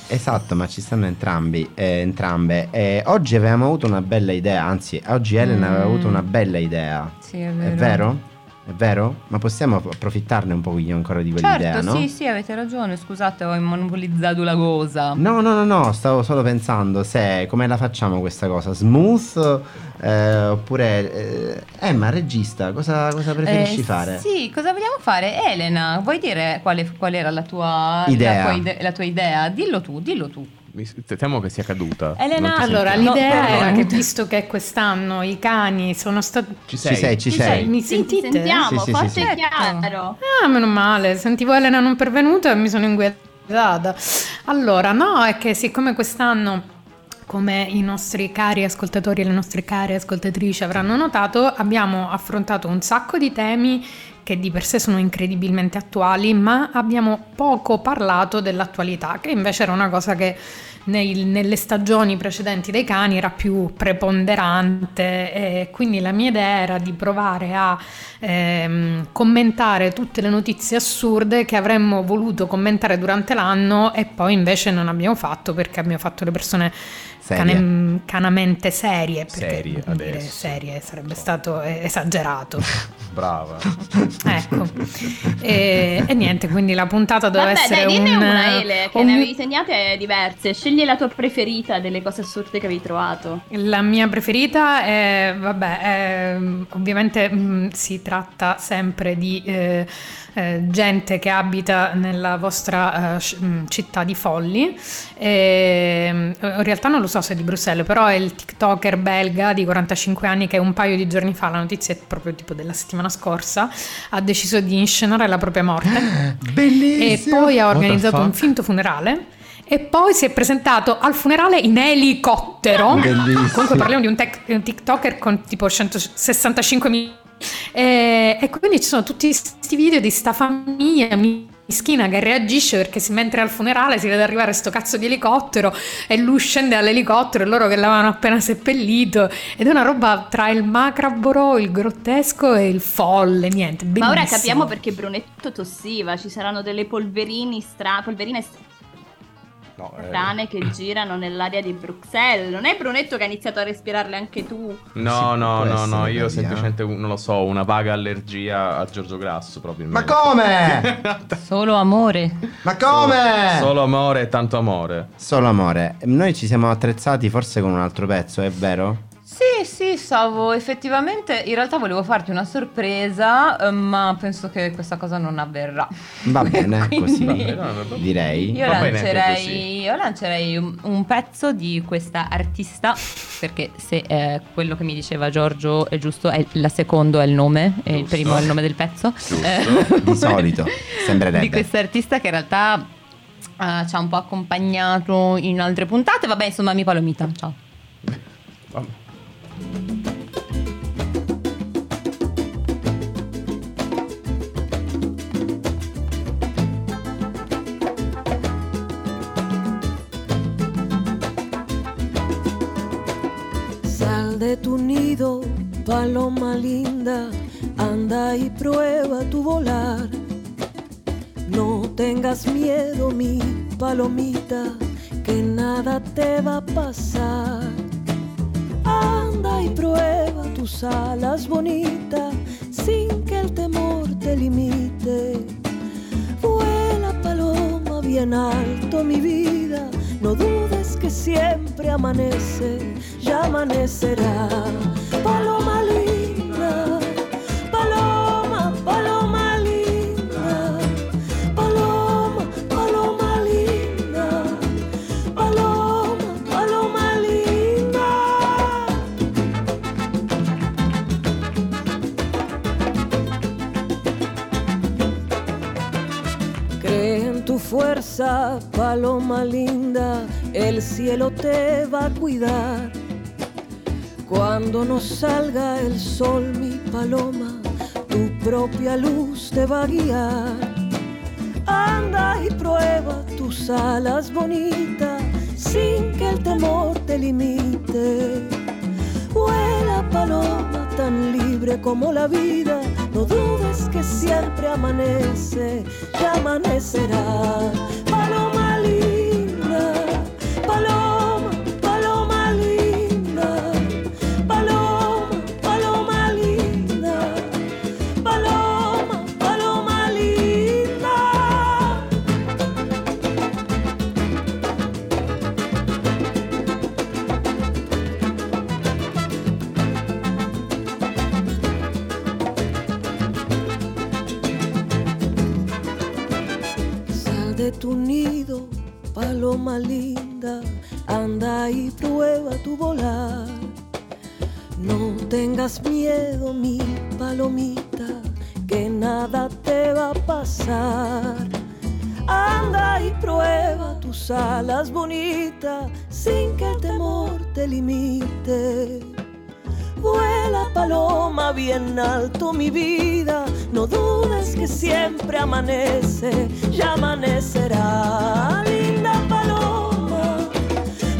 [SPEAKER 2] Esatto, ma ci stanno entrambi, eh, entrambe. Eh, oggi avevamo avuto una bella idea, anzi, oggi Elena aveva
[SPEAKER 3] Mm.
[SPEAKER 2] avuto una bella idea.
[SPEAKER 3] Sì, è
[SPEAKER 2] È
[SPEAKER 3] vero.
[SPEAKER 2] vero? È vero? Ma possiamo approfittarne un po' io ancora di quell'idea,
[SPEAKER 3] Certo,
[SPEAKER 2] no?
[SPEAKER 3] sì, sì, avete ragione. Scusate, ho monopolizzato la cosa.
[SPEAKER 2] No, no, no, no, stavo solo pensando se come la facciamo questa cosa, smooth eh, oppure... Eh, Emma, regista, cosa, cosa preferisci
[SPEAKER 3] Eh,
[SPEAKER 2] fare?
[SPEAKER 3] Sì, cosa vogliamo fare? Elena, vuoi dire quale, qual era la tua
[SPEAKER 2] Idea.
[SPEAKER 3] La tua, ide- la tua idea? Dillo tu, dillo tu.
[SPEAKER 5] Mi- Temo che sia caduta.
[SPEAKER 3] Elena-
[SPEAKER 5] Non ti
[SPEAKER 4] Allora,
[SPEAKER 5] sento.
[SPEAKER 3] No,
[SPEAKER 4] l'idea
[SPEAKER 3] no, no,
[SPEAKER 4] era
[SPEAKER 3] no.
[SPEAKER 4] che visto che quest'anno i cani sono stati...
[SPEAKER 5] Ci
[SPEAKER 2] Ci sei, ci
[SPEAKER 6] Sì,
[SPEAKER 2] sei.
[SPEAKER 4] Mi
[SPEAKER 6] sì, ti
[SPEAKER 4] sentite?
[SPEAKER 6] sentiamo,
[SPEAKER 2] Sì, sì, sì,
[SPEAKER 6] forte
[SPEAKER 2] sì.
[SPEAKER 6] e chiaro.
[SPEAKER 4] Ah, meno male, sentivo Elena non pervenuta e mi sono inguidata. Allora, no, è che siccome quest'anno, come i nostri cari ascoltatori e le nostre care ascoltatrici avranno notato, abbiamo affrontato un sacco di temi che di per sé sono incredibilmente attuali, ma abbiamo poco parlato dell'attualità, che invece era una cosa che nei- nelle stagioni precedenti dei cani era più preponderante e quindi la mia idea era di provare a ehm, commentare tutte le notizie assurde che avremmo voluto commentare durante l'anno e poi invece non abbiamo fatto perché abbiamo fatto le persone
[SPEAKER 2] Serie.
[SPEAKER 4] cane- mm, canamente serie. perché
[SPEAKER 5] Serie,
[SPEAKER 4] dire
[SPEAKER 5] adesso.
[SPEAKER 4] serie sarebbe stato eh, esagerato.
[SPEAKER 5] Brava.
[SPEAKER 4] ecco. E, e niente, quindi la puntata doveva
[SPEAKER 6] Vabbè,
[SPEAKER 4] essere
[SPEAKER 6] dai, dinne
[SPEAKER 4] un-
[SPEAKER 6] una, Ele, che
[SPEAKER 4] un-
[SPEAKER 6] ne avevi segnate diverse. Scegli la tua preferita delle cose assurde che avevi trovato.
[SPEAKER 4] La mia preferita è, vabbè, è- ovviamente mh, si tratta sempre di eh, eh, gente che abita nella vostra eh, sc- mh, città di folli. E, mh, in realtà non lo so se è di Bruxelles, però è il TikToker belga di 45 anni che un paio di giorni fa, la notizia è proprio tipo della settimana scorsa, ha deciso di inscenare la propria morte e
[SPEAKER 2] Bellissimo!
[SPEAKER 4] poi ha
[SPEAKER 5] What the
[SPEAKER 4] organizzato un
[SPEAKER 5] fuck?
[SPEAKER 4] finto funerale. E poi si è presentato al funerale in elicottero.
[SPEAKER 2] Bellissimo.
[SPEAKER 4] Comunque parliamo di un, tec- un TikToker con tipo 165 mila. E, e quindi ci sono tutti questi video di sta famiglia mischina che reagisce perché si- mentre al funerale si vede arrivare sto cazzo di elicottero e lui scende dall'elicottero e loro che l'avevano appena seppellito ed è una roba tra il macabro, il grottesco e il folle, niente,
[SPEAKER 6] Ma ora
[SPEAKER 4] bellissimo.
[SPEAKER 6] capiamo perché Brunetto tossiva, ci saranno delle polverini stra- polverine
[SPEAKER 5] Eh. No, eh,
[SPEAKER 6] strane che girano nell'aria di Bruxelles. Non è Brunetto che ha iniziato a respirarle anche tu?
[SPEAKER 5] No,
[SPEAKER 2] Sì,
[SPEAKER 5] no,
[SPEAKER 2] può
[SPEAKER 5] no,
[SPEAKER 2] essere,
[SPEAKER 5] no, io
[SPEAKER 2] via.
[SPEAKER 5] semplicemente non lo so, una vaga allergia a Giorgio Grasso
[SPEAKER 2] Ma
[SPEAKER 5] probabilmente.
[SPEAKER 2] come?
[SPEAKER 3] Solo amore.
[SPEAKER 2] Ma come?
[SPEAKER 5] Solo amore e tanto amore.
[SPEAKER 2] Solo amore. Noi ci siamo attrezzati forse con un altro pezzo, è vero?
[SPEAKER 3] Sì, sì, Savo, effettivamente in realtà volevo farti una sorpresa, eh, ma penso che questa cosa non avverrà.
[SPEAKER 2] Va bene, così.
[SPEAKER 5] Eh,
[SPEAKER 3] Quindi-
[SPEAKER 2] Direi.
[SPEAKER 3] Io
[SPEAKER 5] Va bene anche
[SPEAKER 3] lancerei,
[SPEAKER 5] così.
[SPEAKER 3] io lancerei un, un pezzo di questa artista, perché se eh, quello che mi diceva Giorgio è giusto, è, la secondo è il nome, e il
[SPEAKER 5] Giusto.
[SPEAKER 3] primo è il nome del pezzo. Eh,
[SPEAKER 5] Giusto.
[SPEAKER 2] Di solito, sembrerebbe.
[SPEAKER 3] Di questa artista che in realtà eh, ci ha un po' accompagnato in altre puntate. Vabbè, insomma, mi palomita. Ciao.
[SPEAKER 8] Sal de tu nido, paloma linda, anda y prueba tu volar. No tengas miedo, mi palomita, que nada te va a pasar. Anda y prueba tus alas bonitas, sin que el temor te limite. Vuela paloma bien alto mi vida, no dudes que siempre amanece, ya amanecerá. Paloma linda, paloma, paloma linda, paloma, paloma linda, paloma, paloma linda. Cree en tu fuerza, paloma linda, el cielo te va a cuidar. Cuando no salga el sol, mi paloma, tu propia luz te va a guiar. Anda y prueba tus alas bonitas, sin que el temor te limite. Vuela paloma tan libre como la vida, no dudes que siempre amanece, ya amanecerá. Paloma linda, paloma, paloma linda, paloma, paloma linda, paloma. paloma linda, anda y prueba tu volar. No tengas miedo, mi palomita, que nada te va a pasar. Anda y prueba tus alas bonitas, sin que el temor te limite. Vuela paloma bien alto mi vida, no dudes que siempre amanece, ya amanecerá. Linda paloma,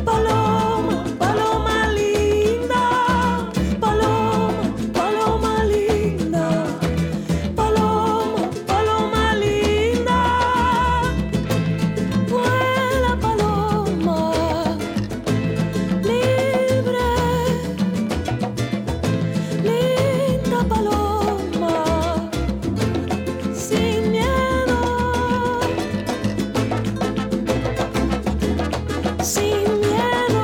[SPEAKER 8] paloma, paloma linda, paloma, paloma linda, paloma, paloma linda. Vuela paloma, libre, linda paloma, sin miedo, sin miedo.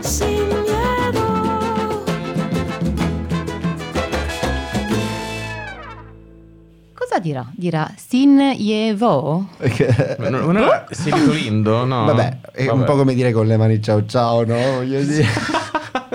[SPEAKER 8] Sin miedo.
[SPEAKER 3] Cosa dirà? Dirà sin yevo?
[SPEAKER 5] Ma Non, non era Siricolindo? No.
[SPEAKER 2] Eh. Vabbè, è un po' come dire con le mani ciao ciao, no? Voglio dire.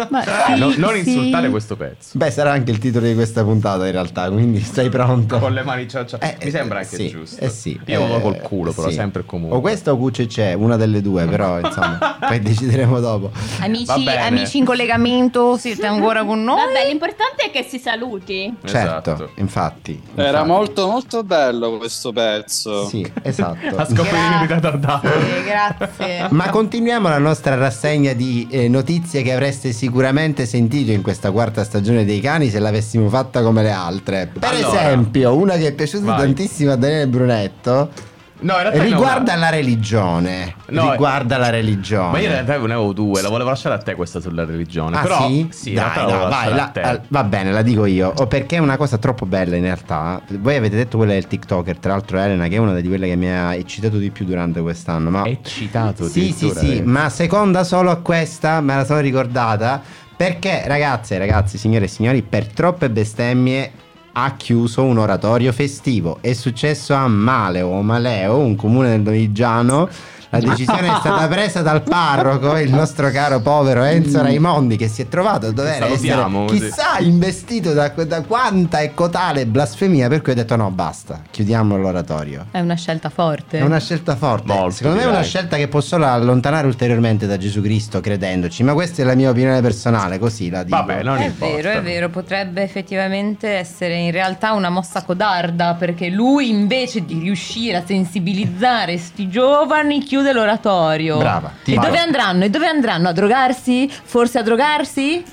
[SPEAKER 3] Ma
[SPEAKER 5] Ah,
[SPEAKER 3] sì,
[SPEAKER 5] no- non
[SPEAKER 3] sì.
[SPEAKER 5] insultare questo pezzo.
[SPEAKER 2] Beh, sarà anche il titolo di questa puntata in realtà, quindi stai pronto?
[SPEAKER 5] Con le mani ciao ciao.
[SPEAKER 2] Ecco. Eh,
[SPEAKER 5] Mi sembra
[SPEAKER 2] eh,
[SPEAKER 5] anche
[SPEAKER 2] sì,
[SPEAKER 5] giusto.
[SPEAKER 2] eh sì,
[SPEAKER 5] Io
[SPEAKER 2] eh,
[SPEAKER 5] lo col culo, però,
[SPEAKER 2] sì. Oh,
[SPEAKER 5] sempre e comunque.
[SPEAKER 2] O questa o QCC, una delle due, però insomma, poi decideremo dopo.
[SPEAKER 5] Va
[SPEAKER 3] Amici,
[SPEAKER 5] bene.
[SPEAKER 3] amici in collegamento, siete ancora con noi?
[SPEAKER 6] Vabbè, l'importante è che si saluti.
[SPEAKER 2] Certo,
[SPEAKER 5] Esatto.
[SPEAKER 2] infatti, infatti.
[SPEAKER 1] Era molto molto bello questo pezzo.
[SPEAKER 2] Sì, esatto.
[SPEAKER 5] A scopo di
[SPEAKER 3] Grazie.
[SPEAKER 5] limitata
[SPEAKER 3] Grazie, grazie.
[SPEAKER 2] Ma continuiamo la nostra rassegna di eh, notizie che avreste sicuramente sentito in questa quarta stagione dei cani se l'avessimo fatta come le altre. Per
[SPEAKER 5] Allora.
[SPEAKER 2] esempio, una che è piaciuta
[SPEAKER 5] Vai.
[SPEAKER 2] tantissimo a Daniele Brunetto
[SPEAKER 5] No, in realtà ne ho
[SPEAKER 2] riguarda
[SPEAKER 5] una.
[SPEAKER 2] la religione.
[SPEAKER 5] No, eh,
[SPEAKER 2] riguarda la religione.
[SPEAKER 5] Ma io in realtà ne avevo due, la volevo lasciare a te questa sulla religione.
[SPEAKER 2] Ah,
[SPEAKER 5] però
[SPEAKER 2] sì?
[SPEAKER 5] sì in
[SPEAKER 2] Dai,
[SPEAKER 5] realtà la
[SPEAKER 2] no,
[SPEAKER 5] volevo
[SPEAKER 2] vai,
[SPEAKER 5] lasciare
[SPEAKER 2] la-
[SPEAKER 5] a
[SPEAKER 2] al- va bene, la dico io. O perché è una cosa troppo bella in realtà. Voi avete detto quella del TikToker, tra l'altro Elena, che è una di quelle che mi ha eccitato di più durante quest'anno. Ma
[SPEAKER 5] te. Eccitato
[SPEAKER 2] Sì, sì,
[SPEAKER 5] addirittura,
[SPEAKER 2] sì,
[SPEAKER 5] eh.
[SPEAKER 2] ma seconda solo a questa, me la sono ricordata. Perché, ragazze, ragazzi, signore e signori, per troppe bestemmie ha chiuso un oratorio festivo. È successo a Maleo, o Maleo, un comune del Domigiano. La decisione è stata presa dal parroco, il nostro caro povero Enzo Raimondi, che si è trovato a dover essere
[SPEAKER 5] Mm. Salutiamo, così.
[SPEAKER 2] chissà investito da, da quanta e cotale blasfemia, per cui ha detto no, basta, chiudiamo l'oratorio.
[SPEAKER 3] È una scelta forte.
[SPEAKER 2] È una scelta forte.
[SPEAKER 5] Molto,
[SPEAKER 2] Secondo me è una
[SPEAKER 5] direi.
[SPEAKER 2] scelta che può solo allontanare ulteriormente da Gesù Cristo credendoci, ma questa è la mia opinione personale, così la dico.
[SPEAKER 5] Vabbè, non
[SPEAKER 3] è
[SPEAKER 5] importa.
[SPEAKER 3] vero, è vero, potrebbe effettivamente essere in realtà una mossa codarda perché lui invece di riuscire a sensibilizzare sti giovani chiude l'oratorio.
[SPEAKER 2] Brava, ti
[SPEAKER 3] E
[SPEAKER 2] vado.
[SPEAKER 3] dove andranno? E dove andranno? A drogarsi? Forse a drogarsi?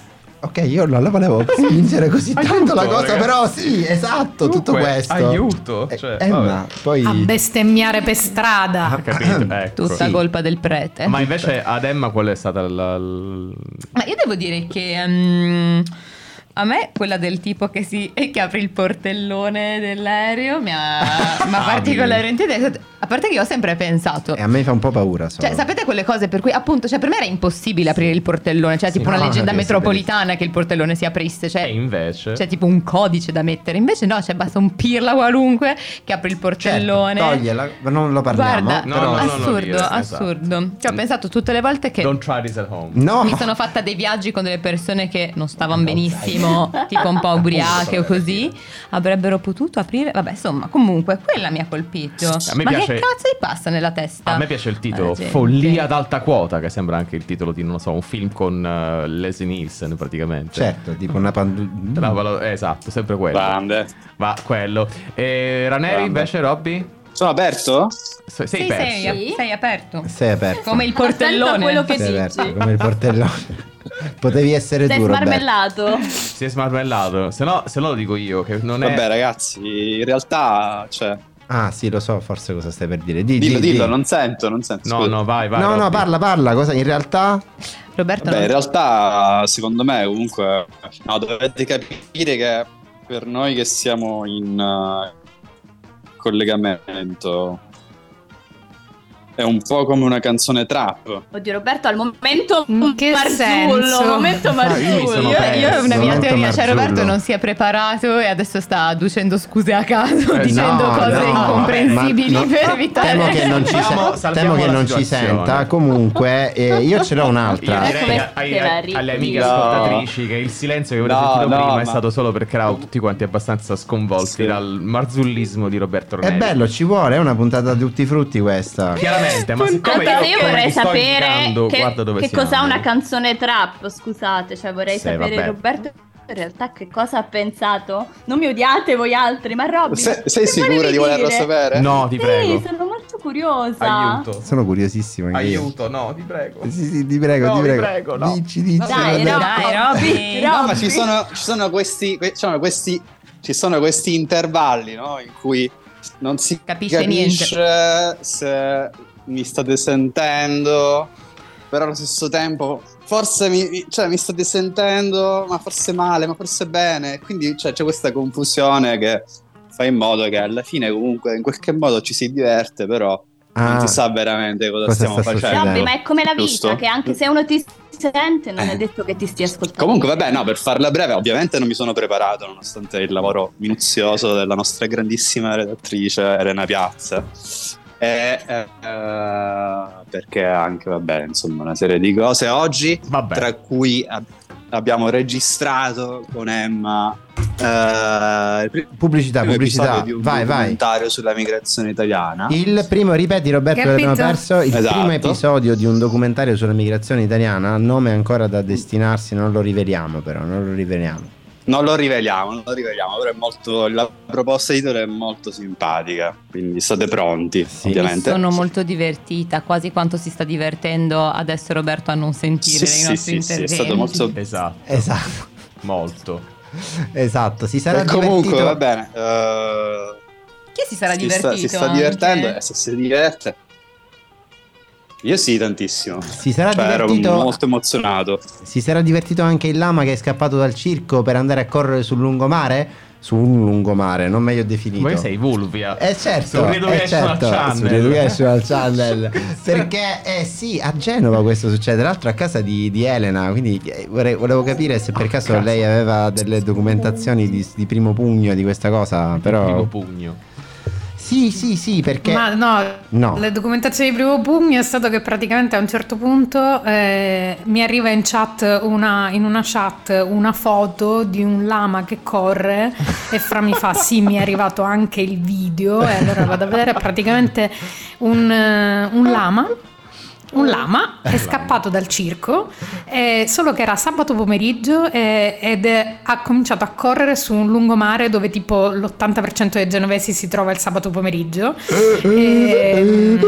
[SPEAKER 2] Ok, io non la volevo spingere così tanto
[SPEAKER 5] Aiuto,
[SPEAKER 2] la cosa,
[SPEAKER 5] ragazzi.
[SPEAKER 2] però sì, esatto, tutto
[SPEAKER 5] Comunque,
[SPEAKER 2] questo.
[SPEAKER 5] aiuto,
[SPEAKER 2] Eh,
[SPEAKER 5] cioè,
[SPEAKER 2] eh,
[SPEAKER 5] vabbè.
[SPEAKER 2] ma poi
[SPEAKER 3] Ah,
[SPEAKER 4] A bestemmiare per strada.
[SPEAKER 5] Ah, capito, ecco.
[SPEAKER 3] Tutta
[SPEAKER 2] Sì.
[SPEAKER 3] colpa del prete.
[SPEAKER 5] Ma invece ad Emma qual è stata la... l-
[SPEAKER 3] Ma io devo dire che ehm, a me quella del tipo che, si, che apre il portellone dell'aereo mi ha ma
[SPEAKER 5] Ah, Eh,
[SPEAKER 3] particolarmente detto. A parte che io ho sempre pensato.
[SPEAKER 2] e Eh, a me fa un po' paura solo.
[SPEAKER 3] Cioè, sapete quelle cose per cui appunto, cioè, per me era impossibile aprire il portellone, cioè,
[SPEAKER 2] Sì,
[SPEAKER 3] tipo
[SPEAKER 2] no,
[SPEAKER 3] una leggenda
[SPEAKER 2] che si
[SPEAKER 3] metropolitana che il portellone si aprisse,
[SPEAKER 5] E
[SPEAKER 3] cioè,
[SPEAKER 5] Eh, invece...
[SPEAKER 3] c'è tipo un codice da mettere. Invece no, cioè, basta un pirla qualunque che apre il
[SPEAKER 2] certo,
[SPEAKER 3] portellone.
[SPEAKER 2] togliela, ma non lo parliamo,
[SPEAKER 3] Guarda,
[SPEAKER 5] No, no, no, no,
[SPEAKER 3] assurdo,
[SPEAKER 5] dire, esatto.
[SPEAKER 3] assurdo. Cioè, ho pensato tutte le volte che
[SPEAKER 5] Don't try this at home.
[SPEAKER 2] No.
[SPEAKER 3] mi sono fatta dei viaggi con delle persone che non stavano benissimo, tipo un po' ubriache o così, avrebbero potuto aprire. Vabbè, insomma, comunque quella mi ha colpito.
[SPEAKER 5] me
[SPEAKER 3] Ma
[SPEAKER 5] piace-
[SPEAKER 3] che cazzo gli passa nella testa?
[SPEAKER 5] A me piace il titolo
[SPEAKER 6] Eh,
[SPEAKER 3] Alla gente.
[SPEAKER 5] Follia ad alta quota, che sembra anche il titolo di, non lo so, un film con eh, Leslie Nielsen praticamente.
[SPEAKER 2] Certo, tipo una pandu-
[SPEAKER 5] La valo- eh, esatto, sempre quello.
[SPEAKER 1] Grande.
[SPEAKER 5] Ma quello. E Raneri
[SPEAKER 1] Grande.
[SPEAKER 5] invece, Robby?
[SPEAKER 1] Sono aperto?
[SPEAKER 5] Se-
[SPEAKER 3] Sì,
[SPEAKER 5] Sei perso.
[SPEAKER 3] sei,
[SPEAKER 6] Sì.
[SPEAKER 3] sei aperto.
[SPEAKER 2] Sei aperto.
[SPEAKER 3] Come il
[SPEAKER 6] Attento a quello
[SPEAKER 3] portellone.
[SPEAKER 6] che
[SPEAKER 2] Sei aperto,
[SPEAKER 6] dici.
[SPEAKER 2] come il portellone. Potevi essere
[SPEAKER 6] Sei
[SPEAKER 2] tu, Roberto.
[SPEAKER 6] smarmellato.
[SPEAKER 5] Si è smarmellato. Se no, se no lo dico io, che non
[SPEAKER 1] Vabbè
[SPEAKER 5] è...
[SPEAKER 1] ragazzi, in realtà, cioè,
[SPEAKER 2] Ah, sì, lo so, forse cosa stai per dire. Di,
[SPEAKER 1] dillo,
[SPEAKER 2] di,
[SPEAKER 1] dillo,
[SPEAKER 2] di.
[SPEAKER 1] non sento, non sento.
[SPEAKER 5] No,
[SPEAKER 1] scusa.
[SPEAKER 5] no, vai, vai.
[SPEAKER 2] no, no,
[SPEAKER 5] Robby.
[SPEAKER 2] parla, parla. Cosa in realtà?
[SPEAKER 1] Beh,
[SPEAKER 3] Roberto
[SPEAKER 1] in
[SPEAKER 3] non-
[SPEAKER 1] realtà, secondo me, comunque, no, dovete capire che per noi che siamo in eh, collegamento È un po' come una canzone trap.
[SPEAKER 6] Oddio Roberto, al momento
[SPEAKER 4] In che
[SPEAKER 6] Marzullo,
[SPEAKER 4] senso?
[SPEAKER 6] al momento
[SPEAKER 5] Ah, io mi sono
[SPEAKER 6] Marzullo.
[SPEAKER 3] Io, io ho una mia
[SPEAKER 5] Momento
[SPEAKER 3] teoria, cioè
[SPEAKER 5] Marzullo.
[SPEAKER 3] Roberto non si è preparato e adesso sta aducendo scuse a caso,
[SPEAKER 5] Eh,
[SPEAKER 3] dicendo
[SPEAKER 5] no,
[SPEAKER 3] cose
[SPEAKER 5] no,
[SPEAKER 3] incomprensibili
[SPEAKER 2] ma- no,
[SPEAKER 3] per
[SPEAKER 2] Temo
[SPEAKER 3] evitare...
[SPEAKER 2] che non ci,
[SPEAKER 5] Salviamo-
[SPEAKER 2] se-
[SPEAKER 5] salviamo
[SPEAKER 2] temo che
[SPEAKER 5] la
[SPEAKER 2] non ci
[SPEAKER 5] situazione.
[SPEAKER 2] senta. Comunque, eh, io ce l'ho
[SPEAKER 5] Io
[SPEAKER 2] un'altra.
[SPEAKER 5] direi
[SPEAKER 6] come
[SPEAKER 5] a- ai-
[SPEAKER 6] te la
[SPEAKER 5] a-
[SPEAKER 6] ridi.
[SPEAKER 5] alle amiche
[SPEAKER 1] No.
[SPEAKER 5] ascoltatrici che il silenzio che avete
[SPEAKER 1] No,
[SPEAKER 5] sentito
[SPEAKER 1] no,
[SPEAKER 5] prima
[SPEAKER 1] ma-
[SPEAKER 5] è stato solo perché eravamo tutti quanti abbastanza sconvolti
[SPEAKER 1] Sì.
[SPEAKER 5] dal marzullismo di Roberto
[SPEAKER 2] È
[SPEAKER 5] Ornelli.
[SPEAKER 2] bello, ci vuole, è una puntata di tutti i frutti questa.
[SPEAKER 5] Chiaramente, ma siccome
[SPEAKER 6] Aspetta, io
[SPEAKER 5] come
[SPEAKER 6] vorrei
[SPEAKER 5] vi sto
[SPEAKER 6] sapere
[SPEAKER 5] indicando,
[SPEAKER 6] che,
[SPEAKER 5] guarda dove
[SPEAKER 6] che
[SPEAKER 5] siamo.
[SPEAKER 6] cos'ha una canzone trap, scusate, cioè vorrei
[SPEAKER 2] Sì,
[SPEAKER 6] sapere
[SPEAKER 2] vabbè.
[SPEAKER 6] Roberto in realtà che cosa ha pensato. Non mi odiate voi altri, ma Robby,
[SPEAKER 1] Se-
[SPEAKER 6] che
[SPEAKER 1] sei sicura
[SPEAKER 6] volevi
[SPEAKER 1] di volerlo
[SPEAKER 6] dire?
[SPEAKER 1] sapere?
[SPEAKER 5] No, ti
[SPEAKER 6] sì,
[SPEAKER 5] prego.
[SPEAKER 6] sono molto curiosa.
[SPEAKER 5] Aiuto.
[SPEAKER 2] Sono curiosissimo. anch'io.
[SPEAKER 5] Aiuto, no, ti prego.
[SPEAKER 2] Sì, sì, ti prego,
[SPEAKER 5] No,
[SPEAKER 2] ti
[SPEAKER 5] vi
[SPEAKER 2] prego.
[SPEAKER 5] prego, no.
[SPEAKER 2] Dici, dici.
[SPEAKER 6] Dai,
[SPEAKER 2] vabbè.
[SPEAKER 6] no.
[SPEAKER 3] Dai, Robby.
[SPEAKER 1] No, ma ci sono, ci sono questi, que- ci sono questi, ci sono questi intervalli no? in cui non si
[SPEAKER 3] Capisce
[SPEAKER 1] capisce se mi state sentendo, però allo stesso tempo forse mi, mi- cioè, mi state sentendo, ma forse male, ma forse bene. Quindi cioè, c'è questa confusione che fa in modo che alla fine comunque in qualche modo ci si diverte, però
[SPEAKER 2] Ah,
[SPEAKER 1] non si sa veramente cosa,
[SPEAKER 2] cosa
[SPEAKER 1] stiamo
[SPEAKER 2] sta
[SPEAKER 1] facendo.
[SPEAKER 2] succedendo.
[SPEAKER 6] Robby, ma è come la vita,
[SPEAKER 1] Eh, Giusto?
[SPEAKER 6] che anche se uno ti sente non
[SPEAKER 1] Eh.
[SPEAKER 6] è detto che ti stia ascoltando.
[SPEAKER 1] Comunque, vabbè, no, per farla breve, ovviamente non mi sono preparato, nonostante il lavoro minuzioso della nostra grandissima redattrice Elena Piazza. E, eh, eh, perché anche, vabbè, insomma, una serie di cose oggi,
[SPEAKER 5] Vabbè.
[SPEAKER 1] tra cui ab- abbiamo registrato con Emma eh, il primo
[SPEAKER 2] Pubblicità,
[SPEAKER 1] episodio
[SPEAKER 2] pubblicità.
[SPEAKER 1] di un
[SPEAKER 2] Vai, vai.
[SPEAKER 1] documentario sulla migrazione italiana.
[SPEAKER 2] Il primo, ripeti Roberto, che abbiamo
[SPEAKER 4] Capito?
[SPEAKER 2] perso il
[SPEAKER 1] Esatto.
[SPEAKER 2] primo episodio di un documentario sulla migrazione italiana, nome ancora da destinarsi, non lo riveliamo però, non lo riveliamo.
[SPEAKER 1] Non lo riveliamo, non lo riveliamo, però è molto, la proposta di titolo è molto simpatica, quindi state pronti,
[SPEAKER 2] Sì.
[SPEAKER 1] ovviamente.
[SPEAKER 3] Sono molto divertita, quasi quanto si sta divertendo adesso Roberto a non
[SPEAKER 1] Sì,
[SPEAKER 3] sentire i
[SPEAKER 1] sì,
[SPEAKER 3] nostri
[SPEAKER 1] sì, sì, è
[SPEAKER 3] interventi.
[SPEAKER 1] stato molto
[SPEAKER 5] Esatto,
[SPEAKER 2] Esatto,
[SPEAKER 5] molto.
[SPEAKER 2] esatto, si sarà
[SPEAKER 1] E comunque
[SPEAKER 2] divertito.
[SPEAKER 1] va bene. eh,
[SPEAKER 3] Chi si sarà
[SPEAKER 1] si,
[SPEAKER 3] divertito?
[SPEAKER 1] sta, si sta
[SPEAKER 3] anche?
[SPEAKER 1] divertendo, eh, se si diverte. Io sì, tantissimo.
[SPEAKER 2] Si sarà,
[SPEAKER 1] Cioè, ero
[SPEAKER 2] divertito,
[SPEAKER 1] molto emozionato.
[SPEAKER 2] si sarà divertito anche il lama che è scappato dal circo per andare a correre sul lungomare? Su un lungomare, non meglio definito.
[SPEAKER 5] Voi sei Vulvia.
[SPEAKER 2] Eh certo,
[SPEAKER 5] Su
[SPEAKER 2] eh
[SPEAKER 5] Educational
[SPEAKER 2] certo,
[SPEAKER 5] Channel.
[SPEAKER 2] su Educational Channel. Perché eh sì, a Genova questo succede, tra l'altro a casa di, di Elena, quindi eh, vorrei- volevo capire se per caso
[SPEAKER 5] Ah, cazzo.
[SPEAKER 2] lei aveva delle documentazioni di, di primo pugno di questa cosa,
[SPEAKER 5] Primo
[SPEAKER 2] però...
[SPEAKER 5] pugno.
[SPEAKER 2] Sì, sì, sì, perché...
[SPEAKER 4] Ma no,
[SPEAKER 2] No.
[SPEAKER 4] la documentazione di primo pugno è stato che praticamente a un certo punto eh, mi arriva in chat una, in una chat una foto di un lama che corre e Fra mi fa sì mi è arrivato anche il video e allora vado a vedere praticamente un, eh, un lama un Eh. lama è scappato dal circo, eh, solo che era sabato pomeriggio eh, ed è- ha cominciato a correre su un lungomare dove tipo l'80% dei genovesi si trova il sabato pomeriggio. E, mm,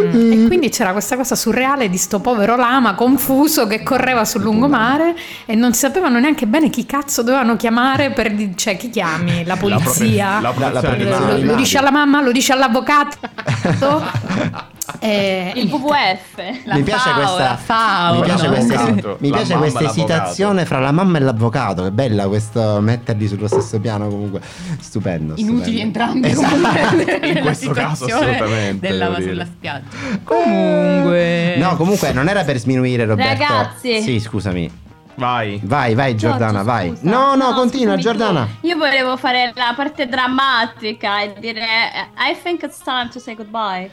[SPEAKER 4] e quindi c'era questa cosa surreale di sto povero lama confuso che correva sul lungomare e non sapevano neanche bene chi cazzo dovevano chiamare per di- cioè chi chiami la polizia
[SPEAKER 5] La, profe- la
[SPEAKER 2] La- la
[SPEAKER 5] professione
[SPEAKER 2] prima-
[SPEAKER 4] lo,
[SPEAKER 5] animale.
[SPEAKER 4] lo dice alla mamma lo dice all'avvocato Eh, E-
[SPEAKER 6] Il WWF.
[SPEAKER 3] La
[SPEAKER 2] mi piace
[SPEAKER 3] FAO, la
[SPEAKER 2] questa,
[SPEAKER 3] FAO,
[SPEAKER 2] mi piace
[SPEAKER 5] no?
[SPEAKER 2] questa,
[SPEAKER 5] L'avvocato,
[SPEAKER 2] mi
[SPEAKER 5] Esatto, la
[SPEAKER 2] piace
[SPEAKER 5] mamma,
[SPEAKER 2] questa
[SPEAKER 5] l'avvocato.
[SPEAKER 2] esitazione fra la mamma e l'avvocato. Che bella questo metterli sullo stesso piano, comunque. Stupendo.
[SPEAKER 3] Inutili
[SPEAKER 2] stupendo.
[SPEAKER 3] entrambi
[SPEAKER 2] Esatto.
[SPEAKER 5] In questo caso assolutamente,
[SPEAKER 3] Della
[SPEAKER 5] devo
[SPEAKER 3] sulla
[SPEAKER 5] dire.
[SPEAKER 3] spiaggia. Comunque...
[SPEAKER 2] No, comunque non era per sminuire Roberto.
[SPEAKER 6] Ragazzi.
[SPEAKER 2] Sì, scusami.
[SPEAKER 5] Vai.
[SPEAKER 2] Vai, vai Giordana,
[SPEAKER 6] Giorgio,
[SPEAKER 2] vai.
[SPEAKER 6] scusa.
[SPEAKER 2] No, no, continua
[SPEAKER 6] scusami tu.
[SPEAKER 2] Giordana.
[SPEAKER 6] Io volevo fare la parte drammatica e dire eh, I think it's time to say goodbye.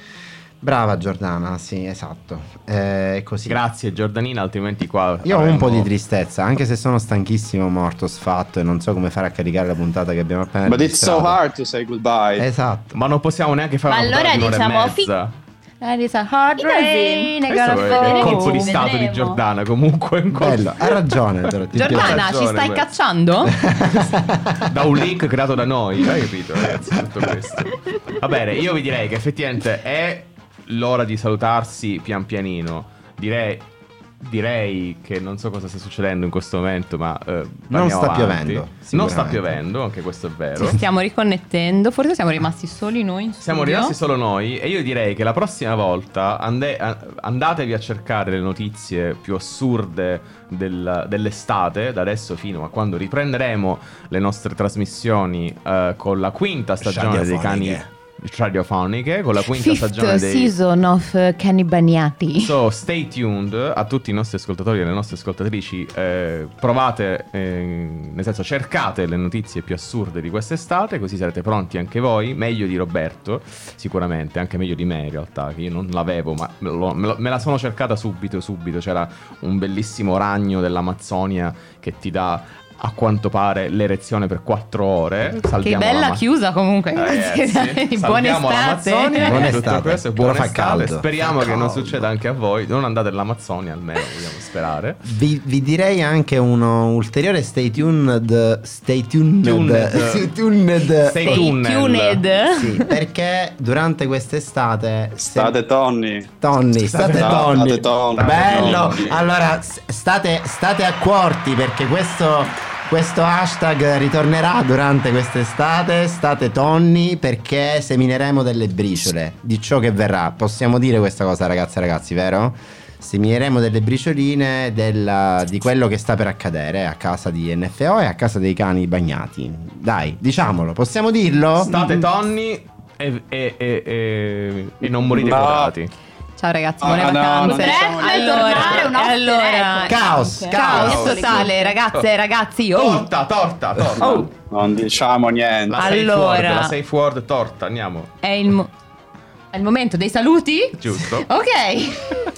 [SPEAKER 2] Brava Giordana, sì, esatto. Eh, È così.
[SPEAKER 5] Grazie Giordanina, altrimenti qua...
[SPEAKER 2] Io ho un po' di
[SPEAKER 5] tristezza
[SPEAKER 2] tristezza, anche se sono stanchissimo, morto, sfatto e non so come fare a caricare la puntata che abbiamo appena
[SPEAKER 1] But it's so
[SPEAKER 2] registrato.
[SPEAKER 1] hard to say goodbye.
[SPEAKER 2] Esatto.
[SPEAKER 5] Ma non possiamo neanche fare
[SPEAKER 6] Ma
[SPEAKER 5] una
[SPEAKER 6] allora
[SPEAKER 5] puntata di un'ora e
[SPEAKER 6] diciamo
[SPEAKER 5] mezza.
[SPEAKER 3] That is a hard
[SPEAKER 6] Io sì.
[SPEAKER 3] rain, I gotta
[SPEAKER 5] Questo è
[SPEAKER 3] fall.
[SPEAKER 5] il colpo di
[SPEAKER 6] Vedremo.
[SPEAKER 5] stato di Giordana, comunque. Un colpo-
[SPEAKER 2] Bello, hai ragione. Però, ti
[SPEAKER 5] Hai
[SPEAKER 3] Giordana,
[SPEAKER 5] ragione,
[SPEAKER 3] ci stai
[SPEAKER 5] beh.
[SPEAKER 3] cacciando?
[SPEAKER 5] da un link creato da noi. Hai capito, ragazzi? Tutto questo. Va bene, io vi direi che effettivamente è l'ora di salutarsi pian pianino. Direi. Direi che non so cosa sta succedendo in questo momento, ma. eh, andiamo
[SPEAKER 2] sta
[SPEAKER 5] avanti.
[SPEAKER 2] piovendo,
[SPEAKER 5] Non sta
[SPEAKER 2] sicuramente.
[SPEAKER 5] piovendo, anche questo è vero.
[SPEAKER 3] Ci stiamo riconnettendo, forse siamo rimasti soli noi in
[SPEAKER 5] Siamo
[SPEAKER 3] studio.
[SPEAKER 5] rimasti solo noi e io direi che la prossima volta ande- a- andatevi a cercare le notizie più assurde del- dell'estate, da adesso fino a quando riprenderemo le nostre trasmissioni eh, con la quinta stagione dei cani radiofoniche con la quinta
[SPEAKER 3] Fifth
[SPEAKER 5] stagione dei
[SPEAKER 3] season of eh, Kenny Bagnati.
[SPEAKER 5] So, stay tuned a tutti i nostri ascoltatori e le nostre ascoltatrici. eh, provate, eh, nel senso, cercate le notizie più assurde di quest'estate, così sarete pronti anche voi. Meglio di Roberto, sicuramente, anche meglio di me in realtà, che io non l'avevo, ma me, lo- me lo- me la sono cercata subito, subito. C'era un bellissimo ragno dell'Amazzonia che ti dà. A quanto pare l'erezione per 4 ore.
[SPEAKER 3] che
[SPEAKER 5] Salviamo
[SPEAKER 3] bella
[SPEAKER 5] l'Ama-
[SPEAKER 3] chiusa comunque.
[SPEAKER 5] eh, sì.
[SPEAKER 3] Grazie. Buona
[SPEAKER 5] Salviamo l'Amazzonia,
[SPEAKER 3] estate.
[SPEAKER 2] Buona
[SPEAKER 5] tutto
[SPEAKER 2] estate.
[SPEAKER 5] questo,
[SPEAKER 2] Ora
[SPEAKER 5] buona
[SPEAKER 2] fa
[SPEAKER 5] estate.
[SPEAKER 2] caldo.
[SPEAKER 5] Speriamo
[SPEAKER 2] Fa
[SPEAKER 5] che non
[SPEAKER 2] caldo.
[SPEAKER 5] succeda anche a voi. Non andate all'Amazzonia almeno, vogliamo sperare.
[SPEAKER 2] Vi, vi direi anche uno ulteriore stay tuned. Stay tuned.
[SPEAKER 5] Tuned.
[SPEAKER 2] Stay tuned.
[SPEAKER 5] Stay
[SPEAKER 3] Stay
[SPEAKER 5] tunnel.
[SPEAKER 3] tuned.
[SPEAKER 2] Sì, perché durante quest'estate se-
[SPEAKER 1] State tonni.
[SPEAKER 2] Tonni, state
[SPEAKER 1] State
[SPEAKER 2] tonni.
[SPEAKER 1] tonni.
[SPEAKER 2] Bello.
[SPEAKER 1] State tonni.
[SPEAKER 2] Allora, s- state, state accorti perché questo, questo hashtag ritornerà durante quest'estate. State tonni perché semineremo delle briciole di ciò che verrà. Possiamo dire questa cosa, ragazze e ragazzi, vero? Semineremo delle bricioline della- di quello che sta per accadere a casa di NFO e a casa dei cani bagnati. Dai, diciamolo, possiamo dirlo?
[SPEAKER 5] State tonni e, e- e- e- e non morite
[SPEAKER 1] No.
[SPEAKER 5] quotati.
[SPEAKER 3] Ciao ragazzi,
[SPEAKER 1] Ah,
[SPEAKER 3] buone
[SPEAKER 1] no, non
[SPEAKER 3] vacanze.
[SPEAKER 1] diciamo niente.
[SPEAKER 6] Tornare un
[SPEAKER 3] allora,
[SPEAKER 6] after
[SPEAKER 3] allora,
[SPEAKER 6] echo.
[SPEAKER 2] Caos,
[SPEAKER 6] Anche.
[SPEAKER 2] caos.
[SPEAKER 3] caos totale, ragazze e ragazzi. Oh.
[SPEAKER 5] Torta, torta, torta.
[SPEAKER 2] Oh.
[SPEAKER 1] Non diciamo niente.
[SPEAKER 5] La safe
[SPEAKER 3] Allora.
[SPEAKER 5] word, la safe word torta, andiamo.
[SPEAKER 3] È il, mo- è il momento dei saluti?
[SPEAKER 5] Giusto.
[SPEAKER 3] Oh, Ok.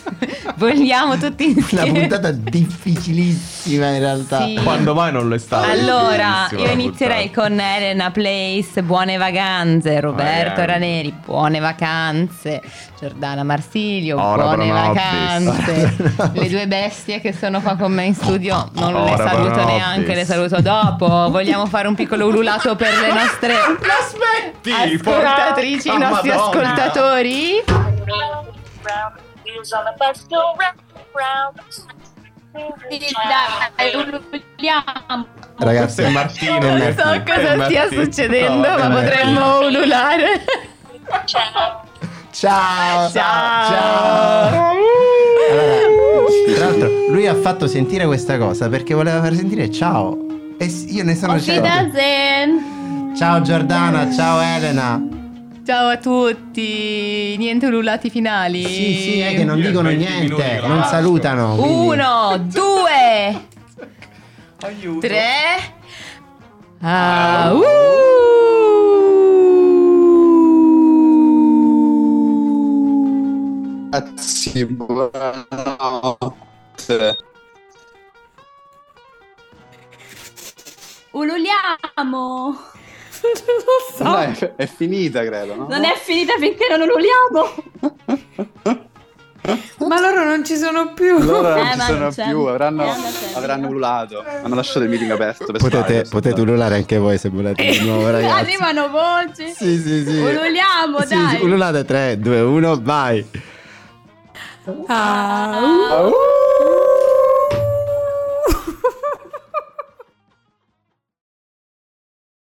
[SPEAKER 3] Vogliamo tutti
[SPEAKER 2] Una
[SPEAKER 3] insieme.
[SPEAKER 2] puntata difficilissima in realtà.
[SPEAKER 3] Sì.
[SPEAKER 5] Quando mai non lo è stato?
[SPEAKER 3] Allora,
[SPEAKER 5] Bellissima
[SPEAKER 3] io
[SPEAKER 5] la
[SPEAKER 3] inizierei
[SPEAKER 5] puntata.
[SPEAKER 3] con Elena Place, buone vacanze, Roberto
[SPEAKER 5] Vacanze.
[SPEAKER 3] Raneri, buone vacanze, Giordana Marsiglio,
[SPEAKER 5] Ora
[SPEAKER 3] buone
[SPEAKER 5] Pronobis.
[SPEAKER 3] vacanze,
[SPEAKER 2] Ora Pronobis.
[SPEAKER 3] le due bestie che sono qua con me in studio, non le
[SPEAKER 5] Ora
[SPEAKER 3] saluto
[SPEAKER 5] Pronobis.
[SPEAKER 3] neanche, le saluto dopo, vogliamo fare un piccolo ululato per le nostre
[SPEAKER 5] Aspetti,
[SPEAKER 3] ascoltatrici, i
[SPEAKER 5] porca Ah,
[SPEAKER 3] nostri
[SPEAKER 5] Madonna.
[SPEAKER 3] ascoltatori.
[SPEAKER 6] Dai, vogliamo.
[SPEAKER 2] Ragazzi,
[SPEAKER 5] Questo è Martino.
[SPEAKER 3] Non
[SPEAKER 5] ragazzi.
[SPEAKER 3] so
[SPEAKER 5] È
[SPEAKER 3] cosa stia
[SPEAKER 5] Martino.
[SPEAKER 3] succedendo,
[SPEAKER 5] No,
[SPEAKER 3] ma
[SPEAKER 5] è Martino.
[SPEAKER 3] potremmo ululare.
[SPEAKER 2] Ciao!
[SPEAKER 3] Ciao.
[SPEAKER 2] Allora, tra l'altro, lui ha fatto sentire questa cosa perché voleva far sentire ciao. E s- io ne sono
[SPEAKER 6] Auf
[SPEAKER 2] certo.
[SPEAKER 6] Wiedersehen.
[SPEAKER 2] Ciao Giordana, ciao Elena.
[SPEAKER 3] Ciao a tutti, niente ululati finali.
[SPEAKER 2] Sì, sì, è che non
[SPEAKER 5] Io
[SPEAKER 2] dicono
[SPEAKER 5] 20
[SPEAKER 2] niente,
[SPEAKER 5] minuti,
[SPEAKER 2] non
[SPEAKER 5] ragazzi.
[SPEAKER 2] salutano. quindi-
[SPEAKER 3] Uno, due,
[SPEAKER 5] Aiuto.
[SPEAKER 3] tre. Ah, Au. uh.
[SPEAKER 1] Ragazzi, buonanotte.
[SPEAKER 6] Ululiamo.
[SPEAKER 1] No, è, è finita, credo, no?
[SPEAKER 6] Esatto. Non è finita finché non ululiamo.
[SPEAKER 4] Ma loro non ci sono più.
[SPEAKER 1] Allora non
[SPEAKER 6] Eh,
[SPEAKER 1] ci
[SPEAKER 6] ma
[SPEAKER 1] sono
[SPEAKER 6] non c'è-
[SPEAKER 1] più,
[SPEAKER 6] eh,
[SPEAKER 1] avranno,
[SPEAKER 6] non c'è.
[SPEAKER 1] avranno ululato. Hanno lasciato il meeting aperto. Per
[SPEAKER 2] Potete,
[SPEAKER 1] sbaglio,
[SPEAKER 2] potete ululare anche voi se volete di nuovo, ragazzi.
[SPEAKER 6] Arrivano voci.
[SPEAKER 2] Sì, sì, sì.
[SPEAKER 6] Ululiamo,
[SPEAKER 2] Sì,
[SPEAKER 6] dai.
[SPEAKER 2] sì, ululate 3, 2, 1, vai.
[SPEAKER 4] Ah, uh.
[SPEAKER 1] Ah, uh!